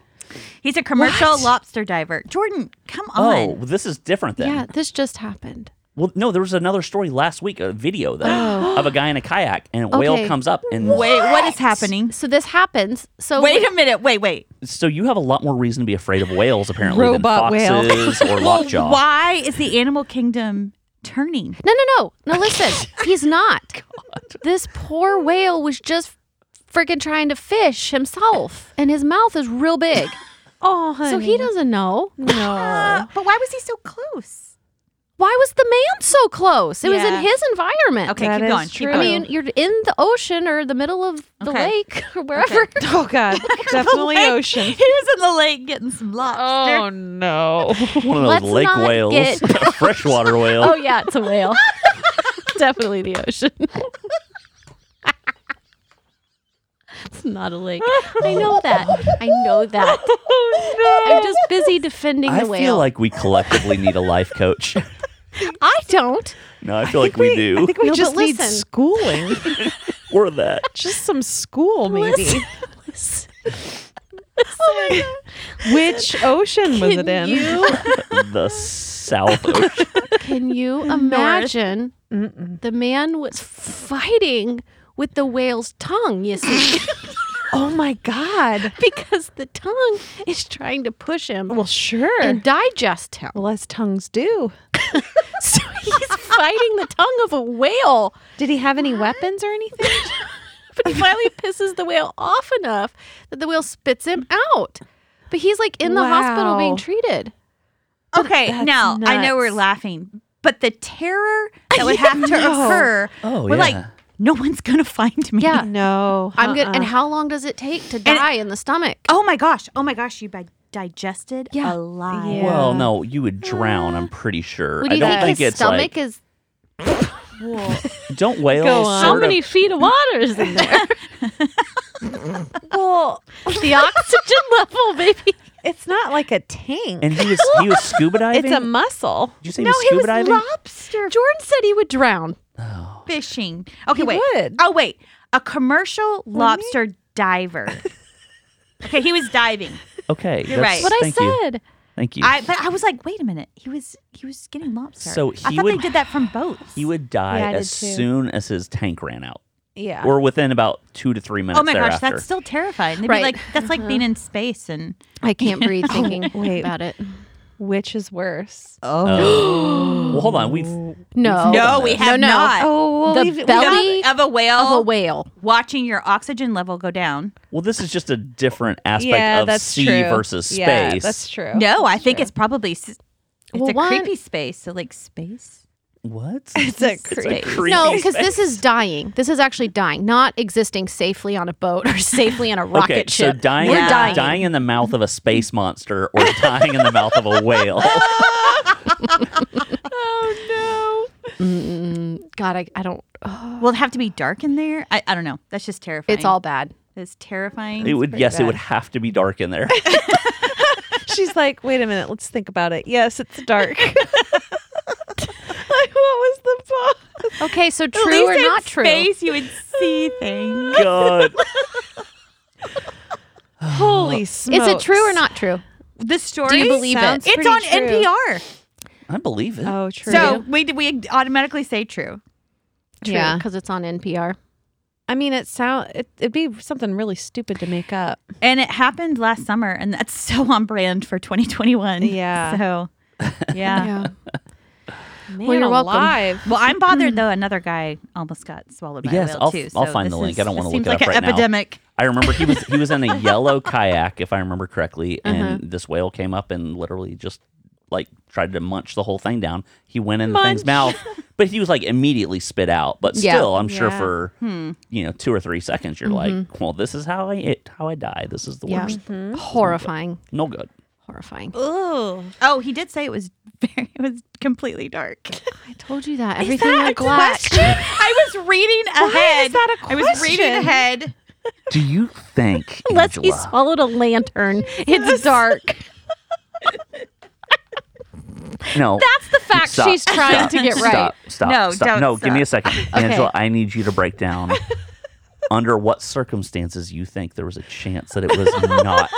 Speaker 4: He's a commercial lobster diver. Jordan, come
Speaker 2: Oh,
Speaker 4: on.
Speaker 2: this is different then.
Speaker 1: yeah, this just happened.
Speaker 2: Well, no, there was another story last week, a video though, of a guy in a kayak and a whale
Speaker 1: Okay.
Speaker 2: comes up and
Speaker 4: Wait, what is happening?
Speaker 1: So this happens. So
Speaker 4: Wait a minute. Wait, wait.
Speaker 2: So you have a lot more reason to be afraid of whales apparently
Speaker 3: Robot whale.
Speaker 2: than foxes or lockjaw.
Speaker 4: Oh, Why is the animal kingdom turning?
Speaker 1: No, no, no. No, listen.
Speaker 4: Oh
Speaker 1: He's not. This poor whale was just freaking trying to fish himself, and his mouth is real big.
Speaker 5: Oh, honey.
Speaker 1: So he doesn't know.
Speaker 3: Uh,
Speaker 5: No.
Speaker 4: Uh, but why was he so close?
Speaker 1: Why was the man so close? It was
Speaker 4: Yeah.
Speaker 1: in his environment.
Speaker 4: Okay,
Speaker 5: That
Speaker 4: keep
Speaker 5: is
Speaker 4: going.
Speaker 5: true.
Speaker 4: Keep
Speaker 1: I
Speaker 4: going.
Speaker 1: mean, you're in the ocean or the middle of the
Speaker 4: Okay.
Speaker 1: lake or wherever.
Speaker 5: oh God. Definitely
Speaker 4: lake.
Speaker 5: ocean.
Speaker 4: he was in the lake getting some lobster.
Speaker 5: Oh no.
Speaker 2: One of those
Speaker 1: Let's
Speaker 2: lake
Speaker 1: not
Speaker 2: whales,
Speaker 1: get-
Speaker 2: a freshwater whale.
Speaker 1: Oh yeah, it's a whale. Definitely the ocean. it's not a lake. I know that. I know that. I'm just busy defending
Speaker 2: I
Speaker 1: the
Speaker 2: feel
Speaker 1: whale.
Speaker 2: like we collectively need a life coach.
Speaker 1: I don't.
Speaker 2: No, I feel like we, do.
Speaker 5: I think we
Speaker 1: No, but
Speaker 5: just need
Speaker 1: listen.
Speaker 5: schooling.
Speaker 2: or that.
Speaker 5: just some school, maybe. Oh
Speaker 1: Listen.
Speaker 5: Which ocean was it in?
Speaker 1: Can you
Speaker 2: The South Ocean.
Speaker 1: can you imagine the man was fighting with the whale's tongue, you see?
Speaker 5: Oh my God.
Speaker 1: because the tongue is trying to push him
Speaker 5: Well, sure.
Speaker 1: and digest him.
Speaker 5: well, as tongues do.
Speaker 1: So he's fighting the tongue of a whale.
Speaker 5: Did he have any weapons or anything?
Speaker 1: But he finally pisses the whale off enough that the whale spits him out. But he's like in the hospital being
Speaker 5: Wow.
Speaker 1: treated.
Speaker 4: Okay, now I know we're
Speaker 5: nuts.
Speaker 4: laughing, but the terror that would have to occur,
Speaker 2: Oh,
Speaker 4: we're like,
Speaker 2: yeah.
Speaker 4: no one's gonna find me.
Speaker 1: Yeah.
Speaker 5: No. Uh-uh.
Speaker 1: I'm good. And how long does it take to die in the stomach?
Speaker 4: Oh my gosh. Oh my gosh. You bi- digested
Speaker 1: Yeah.
Speaker 4: alive.
Speaker 5: Yeah.
Speaker 2: Well, no, you would drown, I'm pretty sure.
Speaker 1: Would
Speaker 2: I
Speaker 1: you
Speaker 2: don't
Speaker 1: think,
Speaker 2: think,
Speaker 1: his
Speaker 2: it's
Speaker 1: stomach
Speaker 2: like
Speaker 1: is
Speaker 2: don't whales
Speaker 5: Go
Speaker 2: sort
Speaker 5: on.
Speaker 1: how
Speaker 2: of-
Speaker 1: many feet of water is in there? well, the oxygen level, baby.
Speaker 5: It's not like a tank.
Speaker 2: and he was he was scuba diving.
Speaker 5: it's a muscle.
Speaker 2: Did you say he
Speaker 1: No,
Speaker 2: was
Speaker 1: he
Speaker 2: scuba
Speaker 1: was
Speaker 2: diving?
Speaker 1: lobster. Jordan said he would drown.
Speaker 4: Fishing. Okay,
Speaker 5: He
Speaker 4: wait.
Speaker 5: would.
Speaker 4: Oh wait. A commercial lobster diver. okay, he was diving.
Speaker 2: Okay,
Speaker 4: You're
Speaker 2: that's-
Speaker 4: right.
Speaker 1: What I
Speaker 2: thank you.
Speaker 1: said.
Speaker 2: Thank you.
Speaker 4: I but I was like, wait a minute. He was he was getting lobster.
Speaker 2: So
Speaker 4: I
Speaker 2: he
Speaker 4: thought they
Speaker 2: would-
Speaker 4: did that from boats.
Speaker 2: he would die
Speaker 5: Yeah, I did
Speaker 2: as
Speaker 5: too. Oh.
Speaker 2: soon as his tank ran out,
Speaker 5: Yeah.
Speaker 2: or within about two to three minutes
Speaker 4: Oh my gosh,
Speaker 2: thereafter.
Speaker 4: that's still terrifying. They'd
Speaker 1: Right. Uh-huh.
Speaker 4: be like, that's like being in space and
Speaker 1: I can't breathe thinking
Speaker 5: wait.
Speaker 1: about it.
Speaker 5: Which is worse?
Speaker 2: Oh. well, hold on. We've
Speaker 1: Oh. No.
Speaker 4: No, we have
Speaker 1: no, no.
Speaker 4: not.
Speaker 5: Oh, well,
Speaker 1: The
Speaker 5: we've- we
Speaker 1: belly-
Speaker 5: have-
Speaker 1: Body
Speaker 4: of a whale
Speaker 1: Of a whale.
Speaker 4: watching your oxygen level go down.
Speaker 2: well, this is just a different aspect
Speaker 5: yeah,
Speaker 2: of
Speaker 5: that's
Speaker 2: sea
Speaker 5: true.
Speaker 2: versus space.
Speaker 5: Yeah, that's true.
Speaker 4: No, I think it's probably s- it's
Speaker 1: Oh, Well,
Speaker 4: a
Speaker 1: one-
Speaker 4: creepy space. So like space.
Speaker 2: What?
Speaker 5: It's a
Speaker 2: It's
Speaker 5: creep.
Speaker 2: creepy
Speaker 1: No, because
Speaker 2: space.
Speaker 1: this is dying. This is actually dying, not existing safely on a boat or safely in a rocket
Speaker 2: okay,
Speaker 1: ship.
Speaker 2: so dying,
Speaker 1: We're
Speaker 4: Yeah.
Speaker 1: dying.
Speaker 2: in the mouth of a space monster or dying in the mouth of a whale.
Speaker 1: God, I, I don't.
Speaker 4: Will it have to be dark in there? I, I don't know. That's just terrifying.
Speaker 1: It's all bad.
Speaker 4: it's terrifying.
Speaker 2: It would, yes, it would have to be dark in there.
Speaker 5: She's like, wait a minute, let's think about it. Yes, it's dark. like, what was the pause?
Speaker 1: Okay, so
Speaker 4: At
Speaker 1: true
Speaker 4: least
Speaker 1: or
Speaker 4: in
Speaker 1: not true?
Speaker 4: Space, you would see things.
Speaker 2: God,
Speaker 5: Holy
Speaker 1: Is
Speaker 5: smokes.
Speaker 1: it true or not true?
Speaker 4: The story.
Speaker 1: Do you believe
Speaker 5: sounds
Speaker 1: it?
Speaker 4: It's
Speaker 5: pretty
Speaker 4: on
Speaker 5: true.
Speaker 4: NPR.
Speaker 2: I believe it.
Speaker 5: Oh, true.
Speaker 4: So we we automatically say true.
Speaker 5: true.
Speaker 1: Yeah, because it's on NPR.
Speaker 5: I mean, it sound it, it'd be something really stupid to make up.
Speaker 4: And it happened last summer, and that's so on brand for 2021.
Speaker 5: Yeah.
Speaker 4: So, yeah.
Speaker 5: Man,
Speaker 1: you're welcome.
Speaker 5: alive.
Speaker 4: Well, I'm
Speaker 5: Hmm.
Speaker 4: bothered though. Another guy almost got swallowed by
Speaker 2: Yes,
Speaker 4: a whale
Speaker 2: I'll-
Speaker 4: too.
Speaker 2: I'll find the
Speaker 4: this
Speaker 2: link. I
Speaker 4: is-
Speaker 2: don't wanna
Speaker 4: this
Speaker 2: look
Speaker 4: seems
Speaker 2: it
Speaker 4: like
Speaker 2: up right
Speaker 4: an
Speaker 2: now.
Speaker 4: epidemic.
Speaker 2: I remember he was he was in a yellow kayak, if I remember correctly, and
Speaker 1: Mm-hmm.
Speaker 2: this whale came up and literally just like tried to munch the whole thing down. He went in the thing's mouth, but he was like immediately spit out. But
Speaker 1: Yeah. Hmm. Mm-hmm.
Speaker 2: still, I'm sure
Speaker 5: Yeah.
Speaker 2: for you know two or three seconds, you're like, well, this is how I it, how I die. This is the
Speaker 1: Yeah.
Speaker 2: worst.
Speaker 1: Horrifying.
Speaker 2: No good.
Speaker 1: Horrifying.
Speaker 4: Oh, oh, he did say it was very, it was completely dark.
Speaker 1: I told you that. Everything
Speaker 4: that
Speaker 1: in
Speaker 4: a
Speaker 1: black.
Speaker 4: I was reading ahead.
Speaker 5: is that a
Speaker 4: I was reading
Speaker 5: question?
Speaker 4: ahead.
Speaker 2: Do you think
Speaker 1: Unless he
Speaker 2: Angela,
Speaker 1: swallowed a lantern. It's dark.
Speaker 2: No,
Speaker 1: That's the fact
Speaker 2: Stop,
Speaker 1: she's trying
Speaker 2: stop,
Speaker 1: to get right.
Speaker 2: Stop. Stop.
Speaker 4: No,
Speaker 2: stop.
Speaker 4: don't
Speaker 2: no. Give me a second, Angela.
Speaker 1: Okay.
Speaker 2: I need you to break down under what circumstances you think there was a chance that it was not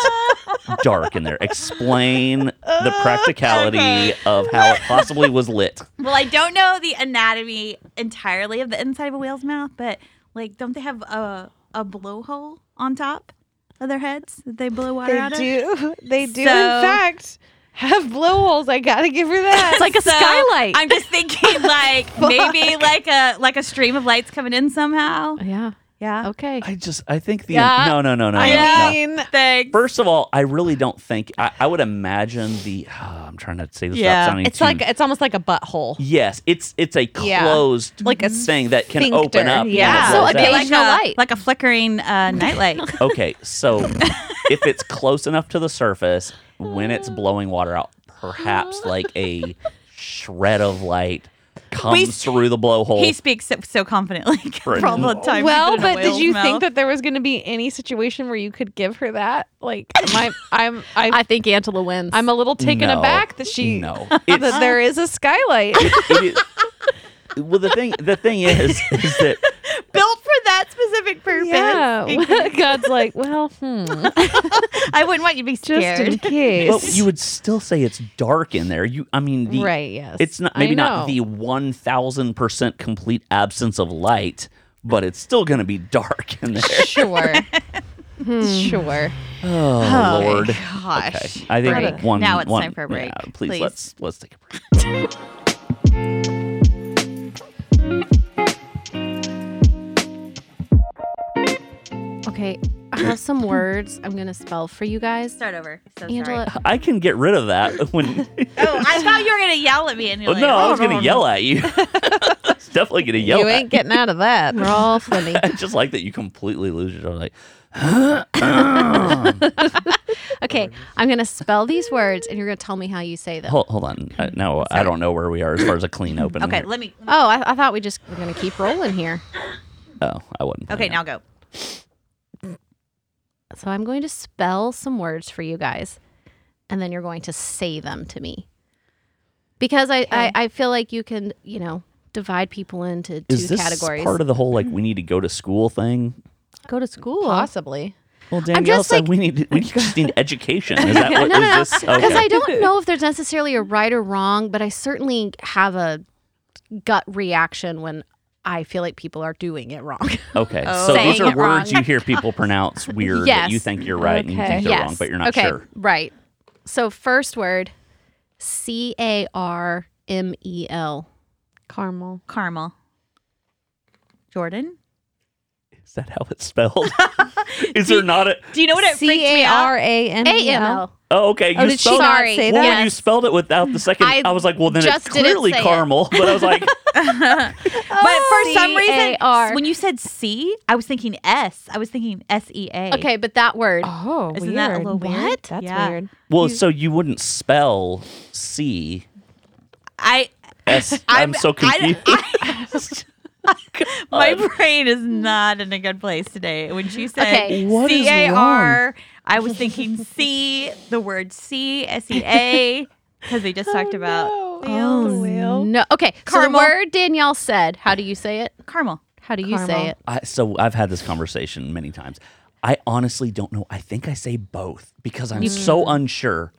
Speaker 2: dark in there. Explain the practicality of how it possibly was lit.
Speaker 4: Well, I don't know the anatomy entirely of the inside of a whale's mouth, but like, don't they have a a blowhole on top of their heads that they blow water
Speaker 5: They
Speaker 4: out of?
Speaker 5: do. They do,
Speaker 4: So-
Speaker 5: in fact, have blowholes. I gotta give her that.
Speaker 1: It's like a
Speaker 4: So,
Speaker 1: skylight.
Speaker 4: I'm just thinking, like maybe like a like a stream of lights coming in somehow.
Speaker 1: yeah.
Speaker 4: Yeah.
Speaker 1: Okay.
Speaker 2: I just I think the
Speaker 1: Yeah.
Speaker 2: no no no no. no,
Speaker 4: Yeah.
Speaker 2: no.
Speaker 5: mean,
Speaker 4: Thanks.
Speaker 2: First of all, I really don't think I, I would imagine the. I'm trying not to say this
Speaker 4: Yeah.
Speaker 2: without sounding
Speaker 3: It's
Speaker 2: too-
Speaker 3: like it's almost like a butthole.
Speaker 2: yes, it's it's a
Speaker 3: Yeah.
Speaker 2: closed
Speaker 3: Like a
Speaker 2: thing that can
Speaker 3: sphincter.
Speaker 2: open up. and it
Speaker 4: yeah.
Speaker 1: So
Speaker 2: rolls
Speaker 1: okay,
Speaker 2: out.
Speaker 1: like- Occasional
Speaker 4: a,
Speaker 1: light.
Speaker 4: like a flickering uh, nightlight.
Speaker 2: okay, so if it's close enough to the surface, when it's blowing water out, perhaps like a shred of light comes
Speaker 4: He's-
Speaker 2: through the blowhole.
Speaker 4: he speaks so, so confidently
Speaker 2: For
Speaker 4: all the
Speaker 2: an-
Speaker 4: time.
Speaker 5: well,
Speaker 4: Put it in a
Speaker 5: but did
Speaker 4: whale's
Speaker 5: you
Speaker 4: mouth.
Speaker 5: think that there was going to be any situation where you could give her that? Like, my, I'm,
Speaker 1: I
Speaker 5: I,
Speaker 1: think Angela wins.
Speaker 5: I'm a little taken
Speaker 2: No.
Speaker 5: aback that she,
Speaker 2: no.
Speaker 5: that there is a skylight.
Speaker 2: It is- well, the thing the thing is is that
Speaker 4: built for that specific purpose?
Speaker 5: yeah, God's like, well, hmm,
Speaker 4: I wouldn't want you to be
Speaker 5: just in
Speaker 4: scared.
Speaker 5: case,
Speaker 2: but you would still say it's dark in there. You, I mean, the,
Speaker 5: right? Yes,
Speaker 2: It's not
Speaker 5: I
Speaker 2: maybe not
Speaker 5: know.
Speaker 2: the one thousand percent complete absence of light, but it's still going to be dark in there.
Speaker 5: sure, Hmm. sure.
Speaker 2: Oh, Lord.
Speaker 4: gosh.
Speaker 2: Okay. I think
Speaker 4: Break.
Speaker 2: one.
Speaker 4: Now it's
Speaker 2: one-
Speaker 4: time for a break,
Speaker 2: yeah,
Speaker 4: please.
Speaker 2: let's let's take a break.
Speaker 1: okay. I have some words I'm gonna spell for you guys.
Speaker 4: Start over. So sorry.
Speaker 1: Angela,
Speaker 2: I can get rid of that when.
Speaker 4: Oh, I thought you were gonna yell at me, and you're
Speaker 2: Well,
Speaker 4: like,
Speaker 2: no, I
Speaker 4: oh,
Speaker 2: was going to
Speaker 4: no,
Speaker 2: yell at you. I was definitely going to yell.
Speaker 5: You
Speaker 2: at
Speaker 5: ain't getting out of that.
Speaker 1: we're all flimmy.
Speaker 2: I just like that you completely lose it. I'm like,
Speaker 1: Okay, I'm gonna spell these words, and you're gonna tell me how you say them.
Speaker 2: hold, hold on. I, no, I don't know where we are as far as a clean opening.
Speaker 4: Okay,
Speaker 2: here.
Speaker 4: let me.
Speaker 1: Oh, I, I thought we just were gonna keep rolling here.
Speaker 2: Oh, I wasn't.
Speaker 4: Okay,
Speaker 2: planning
Speaker 4: now go.
Speaker 1: So I'm going to spell some words for you guys, and then you're going to say them to me. Because I, I, I feel like you can, you know, divide people into two
Speaker 2: Is this
Speaker 1: categories.
Speaker 2: part of the whole like we need to go to school thing?
Speaker 1: Go to school.
Speaker 5: Possibly.
Speaker 2: Well, Danielle
Speaker 1: just,
Speaker 2: said
Speaker 1: like-
Speaker 2: we need to- we just need education. Is that what is
Speaker 1: Uh, no, no, no.
Speaker 2: this?
Speaker 1: Because
Speaker 2: Okay.
Speaker 1: I don't know if there's necessarily a right or wrong, but I certainly have a gut reaction when I feel like people are doing it wrong.
Speaker 2: okay. So these
Speaker 1: Saying
Speaker 2: are
Speaker 1: it wrong.
Speaker 2: words you hear people pronounce weird that you
Speaker 1: Yes.
Speaker 2: think you're right and you
Speaker 5: Okay.
Speaker 2: think they're wrong, but you're not
Speaker 1: okay.
Speaker 2: sure.
Speaker 1: Right. So first word, C A R M E L.
Speaker 5: Caramel.
Speaker 4: Caramel. Jordan.
Speaker 2: Is that how it's spelled? is there not a?
Speaker 4: Do you know what it freaks
Speaker 5: C
Speaker 4: me
Speaker 5: A
Speaker 4: out?
Speaker 5: R A N
Speaker 1: A
Speaker 5: E
Speaker 1: M
Speaker 5: L.
Speaker 1: L.
Speaker 2: Oh, okay. You
Speaker 5: Oh, did she
Speaker 2: spelled
Speaker 5: not
Speaker 1: Sorry.
Speaker 5: say
Speaker 2: Well,
Speaker 5: that?
Speaker 1: Yes.
Speaker 2: you spelled it without the second. I,
Speaker 1: I
Speaker 2: was like, well, then it's
Speaker 1: just didn't
Speaker 2: clearly
Speaker 1: say it.
Speaker 2: caramel. But I was like,
Speaker 4: But for some reason,
Speaker 1: C-A-R.
Speaker 4: when you said C, I was thinking S. I was thinking S E A.
Speaker 1: Okay, but that word.
Speaker 5: Oh,
Speaker 4: Isn't that a little weird?
Speaker 5: What? That's
Speaker 4: Yeah.
Speaker 5: weird.
Speaker 2: well, so you wouldn't spell C
Speaker 4: I.
Speaker 2: S. I'm so
Speaker 4: I-
Speaker 2: confused.
Speaker 4: I- my
Speaker 2: Oh.
Speaker 4: brain is not in a good place today. When she said
Speaker 1: Okay.
Speaker 2: What is
Speaker 4: C A R, I was thinking C, the word C, S E A, because they just talked about
Speaker 5: Oh,
Speaker 1: No. Okay.
Speaker 4: Caramel.
Speaker 1: So the word Danielle said, how do you say it?
Speaker 4: caramel.
Speaker 1: How do you say
Speaker 5: Caramel.
Speaker 1: it?
Speaker 2: I, so I've had this conversation many times. I honestly don't know. I think I say both because I'm so unsure.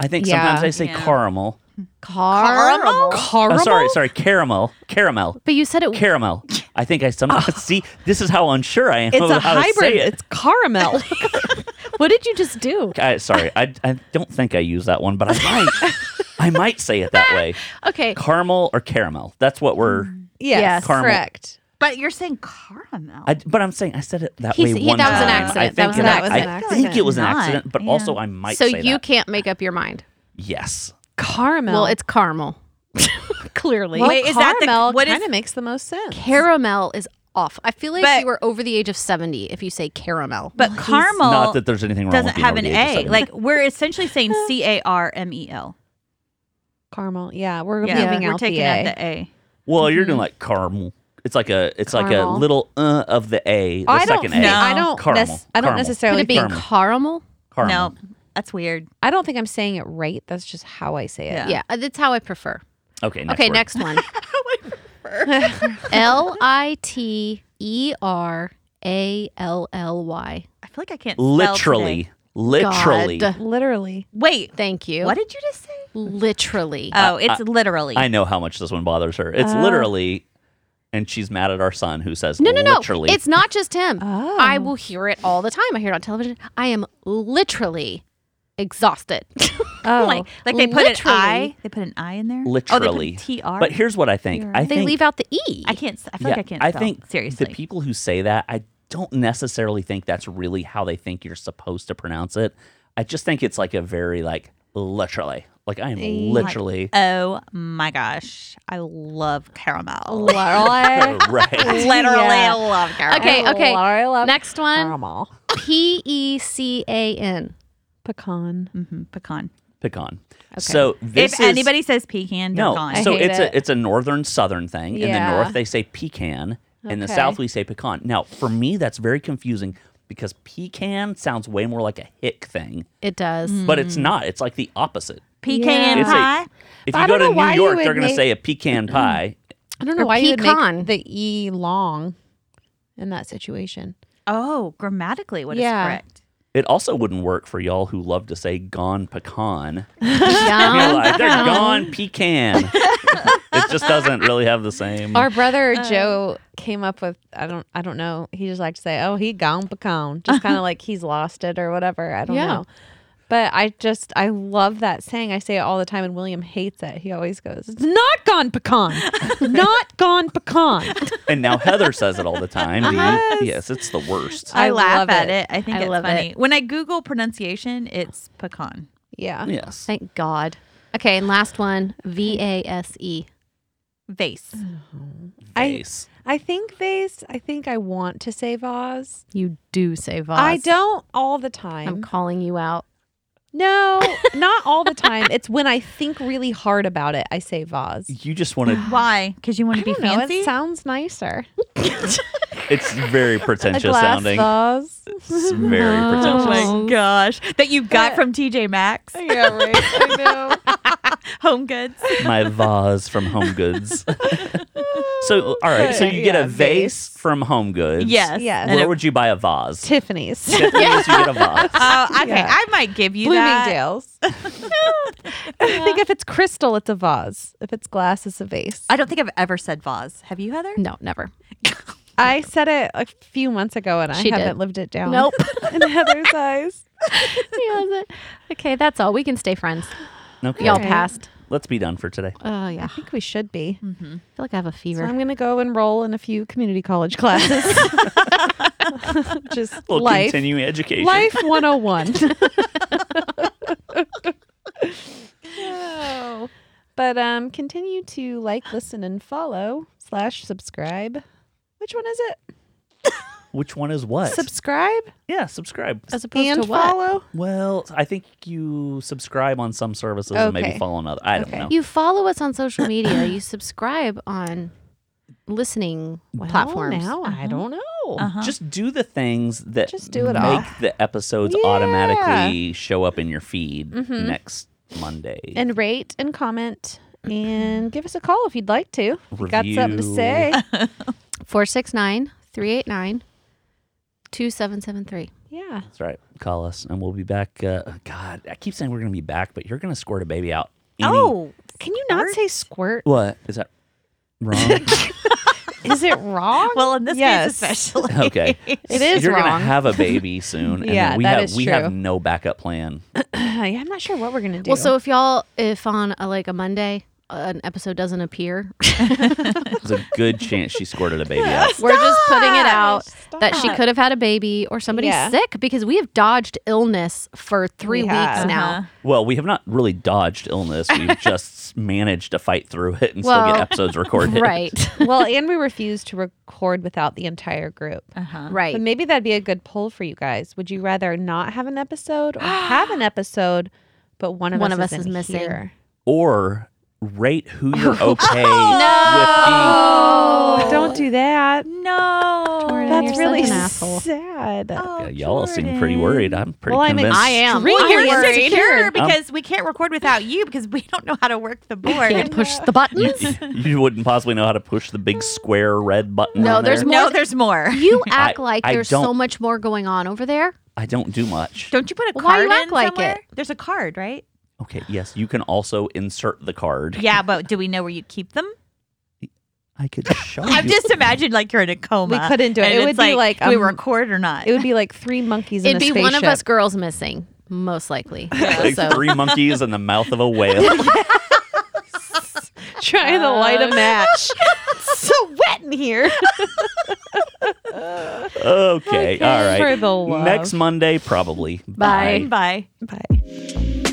Speaker 2: I think sometimes
Speaker 5: Yeah.
Speaker 2: I say
Speaker 4: Yeah.
Speaker 2: caramel.
Speaker 1: Caramel.
Speaker 2: Oh, sorry, sorry, caramel, caramel,
Speaker 1: But you said it.
Speaker 2: caramel. I think I somehow see. This is how unsure I am.
Speaker 5: It's
Speaker 2: of
Speaker 5: a
Speaker 2: how to say
Speaker 5: hybrid.
Speaker 2: it.
Speaker 5: It's caramel.
Speaker 1: what did you just do?
Speaker 2: I, sorry, I, I don't think I use that one, but I might. I might say it that way.
Speaker 1: Okay.
Speaker 2: Caramel or caramel. That's what we're.
Speaker 5: yes,
Speaker 1: Yes.
Speaker 2: Caramel.
Speaker 5: correct.
Speaker 4: But you're saying caramel.
Speaker 2: I, but I'm saying I said it that
Speaker 1: He's-
Speaker 2: way
Speaker 1: he-
Speaker 2: one
Speaker 1: that
Speaker 4: was an
Speaker 2: time.
Speaker 1: accident.
Speaker 2: I
Speaker 1: That
Speaker 2: think
Speaker 1: was an
Speaker 2: it-
Speaker 5: accident.
Speaker 2: I
Speaker 5: That was an
Speaker 2: think it was an
Speaker 4: accident.
Speaker 2: accident, but
Speaker 4: Yeah.
Speaker 2: also I might
Speaker 1: So
Speaker 2: say
Speaker 1: you
Speaker 2: that.
Speaker 1: can't make up your mind.
Speaker 2: Yes.
Speaker 5: Caramel.
Speaker 1: Well, it's caramel. Clearly.
Speaker 5: Well,
Speaker 4: Wait, is that the-
Speaker 5: caramel
Speaker 4: what is-
Speaker 5: kind of makes the most sense.
Speaker 1: Caramel is off. I feel like
Speaker 4: But-
Speaker 1: you are over the age of 70 if you say caramel.
Speaker 4: but caramel
Speaker 2: Not that there's anything wrong with
Speaker 4: doesn't
Speaker 2: being
Speaker 4: Oh, have
Speaker 2: over
Speaker 4: an
Speaker 2: the age of
Speaker 4: A.
Speaker 2: 70.
Speaker 4: Like we're essentially saying C A R M E L.
Speaker 5: caramel. Yeah, we're
Speaker 4: Yeah,
Speaker 5: leaving
Speaker 4: we're
Speaker 5: out
Speaker 4: taking
Speaker 5: the
Speaker 4: out
Speaker 5: A.
Speaker 4: the A.
Speaker 2: well, you're doing like caramel. It's like a it's like a
Speaker 5: Caramel.
Speaker 2: little uh of the A, the
Speaker 5: I don't.
Speaker 2: second A.
Speaker 5: think-
Speaker 4: No.
Speaker 5: I don't.
Speaker 2: Caramel.
Speaker 5: nec- I don't
Speaker 2: Caramel.
Speaker 1: Could
Speaker 5: necessarily.
Speaker 1: it be
Speaker 5: think-
Speaker 2: caramel.
Speaker 1: caramel?
Speaker 2: Caramel.
Speaker 4: No, that's weird.
Speaker 5: I don't think I'm saying it right. That's just how I say it.
Speaker 4: Yeah.
Speaker 1: Yeah, uh, that's how I prefer.
Speaker 2: Okay. Next
Speaker 1: okay,
Speaker 2: word.
Speaker 1: next one. L I T E R A L L Y.
Speaker 4: I feel like I can't spell
Speaker 2: Literally.
Speaker 4: today.
Speaker 2: Literally.
Speaker 1: God.
Speaker 5: Literally.
Speaker 4: Wait,
Speaker 1: Thank you.
Speaker 4: what did you just say?
Speaker 1: Literally.
Speaker 4: Oh, it's literally.
Speaker 2: Uh, I know how much this one bothers her. It's literally, and she's mad at our son who says
Speaker 1: no, no, no.
Speaker 2: literally.
Speaker 1: It's not just him.
Speaker 5: Oh.
Speaker 1: I will hear it all the time. I hear it on television. I am literally exhausted.
Speaker 6: Oh.
Speaker 1: like,
Speaker 4: Like they put
Speaker 1: literally,
Speaker 4: an I. They put an I in there.
Speaker 2: literally.
Speaker 4: Oh, they put a TR.
Speaker 2: But here's what I think. I
Speaker 1: They
Speaker 2: think,
Speaker 1: leave out the e.
Speaker 4: I can't. s- I feel like I can't. spell.
Speaker 2: think
Speaker 4: seriously.
Speaker 2: the people who say that, I don't necessarily think that's really how they think you're supposed to pronounce it. I just think it's like a very like literally, like I am literally
Speaker 4: oh my gosh, I love caramel.
Speaker 3: Literally.
Speaker 2: right.
Speaker 4: Literally,
Speaker 3: Yeah.
Speaker 4: I love caramel.
Speaker 1: Okay, okay.
Speaker 3: Literally love Oh.
Speaker 1: Next one.
Speaker 3: caramel.
Speaker 1: P E C A N.
Speaker 3: Pecan.
Speaker 4: hmm pecan.
Speaker 2: Pecan. So this
Speaker 4: if
Speaker 2: is,
Speaker 4: anybody says pecan, they're
Speaker 2: no,
Speaker 4: gone.
Speaker 3: I
Speaker 2: so
Speaker 3: hate
Speaker 2: it's
Speaker 3: it.
Speaker 2: a it's a northern southern thing. In the
Speaker 1: Yeah.
Speaker 2: north, they say pecan. In the
Speaker 1: Okay.
Speaker 2: south, we say pecan. Now, for me, that's very confusing because pecan sounds way more like a hick thing,
Speaker 1: It does.
Speaker 2: but it's not. It's like the opposite.
Speaker 4: pecan
Speaker 2: It's a-
Speaker 4: pie.
Speaker 2: If
Speaker 3: Hmm. But
Speaker 2: you
Speaker 3: I
Speaker 2: go
Speaker 3: don't
Speaker 2: to
Speaker 3: know why
Speaker 2: New
Speaker 3: you
Speaker 2: York,
Speaker 3: would
Speaker 2: they're going to
Speaker 3: make-
Speaker 2: say a pecan pie.
Speaker 1: I don't know
Speaker 3: Or
Speaker 1: why you
Speaker 3: pecan.
Speaker 1: would make
Speaker 3: The E long in that situation.
Speaker 4: oh, grammatically, what is
Speaker 3: Yeah.
Speaker 4: correct?
Speaker 2: It also wouldn't work for y'all who love to say gone pecan. You're
Speaker 1: Yum.
Speaker 2: like, they're gone pecan. it just doesn't really have the same.
Speaker 3: Our brother Joe came up with I don't I don't know. He just liked to say, "Oh, he gone pecan," just kind of like he's lost it or whatever. I don't
Speaker 1: Yeah.
Speaker 3: know. But I just I love that saying. I say it all the time, and William hates it. He always goes, "It's not gone pecan, not gone pecan."
Speaker 2: and now Heather says it all the time. The- Yes, it's the worst.
Speaker 4: I,
Speaker 3: I
Speaker 4: laugh
Speaker 3: love
Speaker 4: at it.
Speaker 3: it.
Speaker 4: I think
Speaker 1: I
Speaker 4: it's
Speaker 1: love
Speaker 4: funny. When I Google pronunciation, it's pecan.
Speaker 3: Yeah,
Speaker 2: Yes.
Speaker 1: Thank God. Okay, and last one. V A S E.
Speaker 4: Vase.
Speaker 3: I-
Speaker 2: Vase.
Speaker 3: I think vase. I think I want to say vase.
Speaker 1: You do say Voss.
Speaker 3: I don't all the time.
Speaker 1: I'm calling you out.
Speaker 3: no, not all the time. It's when I think really hard about it. I say vase.
Speaker 2: you just wanted.
Speaker 4: Why? Because you want to
Speaker 3: I
Speaker 4: be
Speaker 3: don't know,
Speaker 4: fancy.
Speaker 3: it sounds nicer.
Speaker 2: It's very
Speaker 3: A
Speaker 2: pretentious
Speaker 3: glass
Speaker 2: sounding.
Speaker 3: vase.
Speaker 2: It's very
Speaker 4: oh
Speaker 2: pretentious.
Speaker 4: my gosh, that you got from TJ Maxx,
Speaker 3: Yeah, right. I know.
Speaker 4: Home Goods.
Speaker 2: my vase from Home Goods. so, all right. So you get a
Speaker 3: Yeah,
Speaker 2: vase, from Home Goods.
Speaker 4: Yes.
Speaker 3: Yes.
Speaker 4: And
Speaker 2: Where
Speaker 4: it-
Speaker 2: would you buy a vase?
Speaker 3: Tiffany's.
Speaker 2: Tiffany's, you get a vase.
Speaker 4: Oh, okay.
Speaker 3: Yeah.
Speaker 4: I might give you that.
Speaker 3: Bloomingdale's. I think if it's crystal, it's a vase. If it's glass, it's a vase.
Speaker 4: I don't think I've ever said vase. Have you, Heather?
Speaker 1: No, never.
Speaker 3: I said it a few months ago and
Speaker 1: She
Speaker 3: I haven't
Speaker 1: did.
Speaker 3: lived it down.
Speaker 1: Nope.
Speaker 3: In Heather's eyes.
Speaker 1: okay, that's all. We can stay friends.
Speaker 2: Okay.
Speaker 1: Y'all passed.
Speaker 2: Let's be done for today.
Speaker 1: Oh yeah.
Speaker 3: I think we should be.
Speaker 1: I feel like I have a
Speaker 3: So
Speaker 1: fever.
Speaker 3: I'm going to go enroll in a few community college classes. Just
Speaker 2: Well,
Speaker 3: life.
Speaker 2: continuing education.
Speaker 3: Life 101. But um, continue to like, listen, and follow slash subscribe. Which one is it?
Speaker 2: Which one is what?
Speaker 3: Subscribe
Speaker 2: yeah, subscribe.
Speaker 1: As opposed
Speaker 3: and
Speaker 1: to what?
Speaker 3: follow.
Speaker 2: Well, I think you subscribe on some services and maybe
Speaker 3: Okay.
Speaker 2: follow another. I don't
Speaker 3: Okay.
Speaker 2: know.
Speaker 1: You follow us on social media. You subscribe on listening
Speaker 3: Well,
Speaker 1: Oh, platforms.
Speaker 3: Now I don't know.
Speaker 4: Uh-huh.
Speaker 2: Just do the things that
Speaker 3: Just do it
Speaker 2: make
Speaker 3: all.
Speaker 2: the episodes
Speaker 3: Yeah.
Speaker 2: automatically show up in your feed
Speaker 3: Mhm.
Speaker 2: next Monday.
Speaker 3: And rate and comment and give us a call if you'd like to. If you got something to
Speaker 2: Review.
Speaker 3: say.
Speaker 1: 469 389 2773.
Speaker 3: yeah.
Speaker 2: That's right. Call us and we'll be back. Uh, God, I keep saying we're going to be back, but you're going to squirt a baby out. any-
Speaker 4: Oh,
Speaker 3: Can you not
Speaker 4: Squirt?
Speaker 3: say squirt?
Speaker 2: What? Is that wrong?
Speaker 3: Is it wrong?
Speaker 4: well, in this
Speaker 3: Yes.
Speaker 4: case especially.
Speaker 2: okay.
Speaker 3: It is
Speaker 2: you're
Speaker 3: wrong.
Speaker 2: gonna have a baby soon, and
Speaker 3: Yeah,
Speaker 2: then we
Speaker 3: that
Speaker 2: have
Speaker 3: is
Speaker 2: we have
Speaker 3: true.
Speaker 2: no backup plan.
Speaker 3: yeah, I'm not sure what we're gonna do.
Speaker 1: Well, so if y'all, if on a, like a Monday, an episode doesn't appear,
Speaker 2: There's a good chance she squirted a baby out.
Speaker 1: we're just putting it out that she
Speaker 3: Stop.
Speaker 1: could have had a baby or somebody's
Speaker 3: Yeah.
Speaker 1: sick because we have dodged illness for three
Speaker 3: We
Speaker 1: weeks
Speaker 3: have.
Speaker 1: now.
Speaker 4: Uh-huh.
Speaker 2: Well, we have not really dodged illness. We've just managed to fight through it and still
Speaker 1: Well,
Speaker 2: get episodes recorded.
Speaker 1: Right.
Speaker 3: well, and we refuse to record without the entire group.
Speaker 4: Uh-huh.
Speaker 1: right.
Speaker 3: But maybe that'd be a good poll for you guys. Would you rather not have an episode or have an episode, but one of
Speaker 1: One
Speaker 3: us,
Speaker 1: of us
Speaker 3: isn't
Speaker 1: is missing.
Speaker 3: here?
Speaker 2: Or rate who you're okay
Speaker 3: Oh, don't do that.
Speaker 4: No.
Speaker 1: Jordan,
Speaker 3: That's
Speaker 1: you're such
Speaker 3: really
Speaker 1: an asshole. Oh,
Speaker 3: sad.
Speaker 2: with being. Yeah, y'all seem pretty worried. I'm pretty
Speaker 3: Well, I mean,
Speaker 2: convinced.
Speaker 1: I am.
Speaker 4: Well,
Speaker 1: I'm
Speaker 4: you're
Speaker 1: worried.
Speaker 4: insecure because we can't record without you because we don't know how to work the board.
Speaker 1: Can't push the buttons.
Speaker 2: You, you wouldn't possibly know how to push the big square red button.
Speaker 1: No,
Speaker 2: on
Speaker 1: there's
Speaker 2: there.
Speaker 1: more-
Speaker 4: no, there's more.
Speaker 1: You act
Speaker 2: I-
Speaker 1: like
Speaker 2: I
Speaker 1: there's
Speaker 2: don't-
Speaker 1: so much more going on over there.
Speaker 2: I don't do much.
Speaker 4: Don't you put a
Speaker 1: Well, why
Speaker 4: card
Speaker 1: you act
Speaker 4: in
Speaker 1: like
Speaker 4: somewhere?
Speaker 1: it?
Speaker 4: There's a card, right?
Speaker 2: Okay. Yes, you can also insert the card.
Speaker 4: Yeah, but do we know where you keep them?
Speaker 2: I could show you.
Speaker 4: I've just imagined like you're in a coma.
Speaker 3: We couldn't do it.
Speaker 4: and
Speaker 3: It
Speaker 4: it's
Speaker 3: would be like,
Speaker 4: we
Speaker 3: um,
Speaker 4: record or not.
Speaker 3: It would be like three monkeys in
Speaker 1: It'd
Speaker 3: a
Speaker 1: be
Speaker 3: spaceship.
Speaker 1: one of us girls missing Most likely.
Speaker 2: Like
Speaker 1: so
Speaker 2: three monkeys in the mouth of a whale.
Speaker 5: Trying to light a match.
Speaker 3: It's so wet in here.
Speaker 2: Okay, all right.
Speaker 5: For the love.
Speaker 2: Next Monday, probably.
Speaker 1: Bye.
Speaker 4: Bye.
Speaker 5: Bye.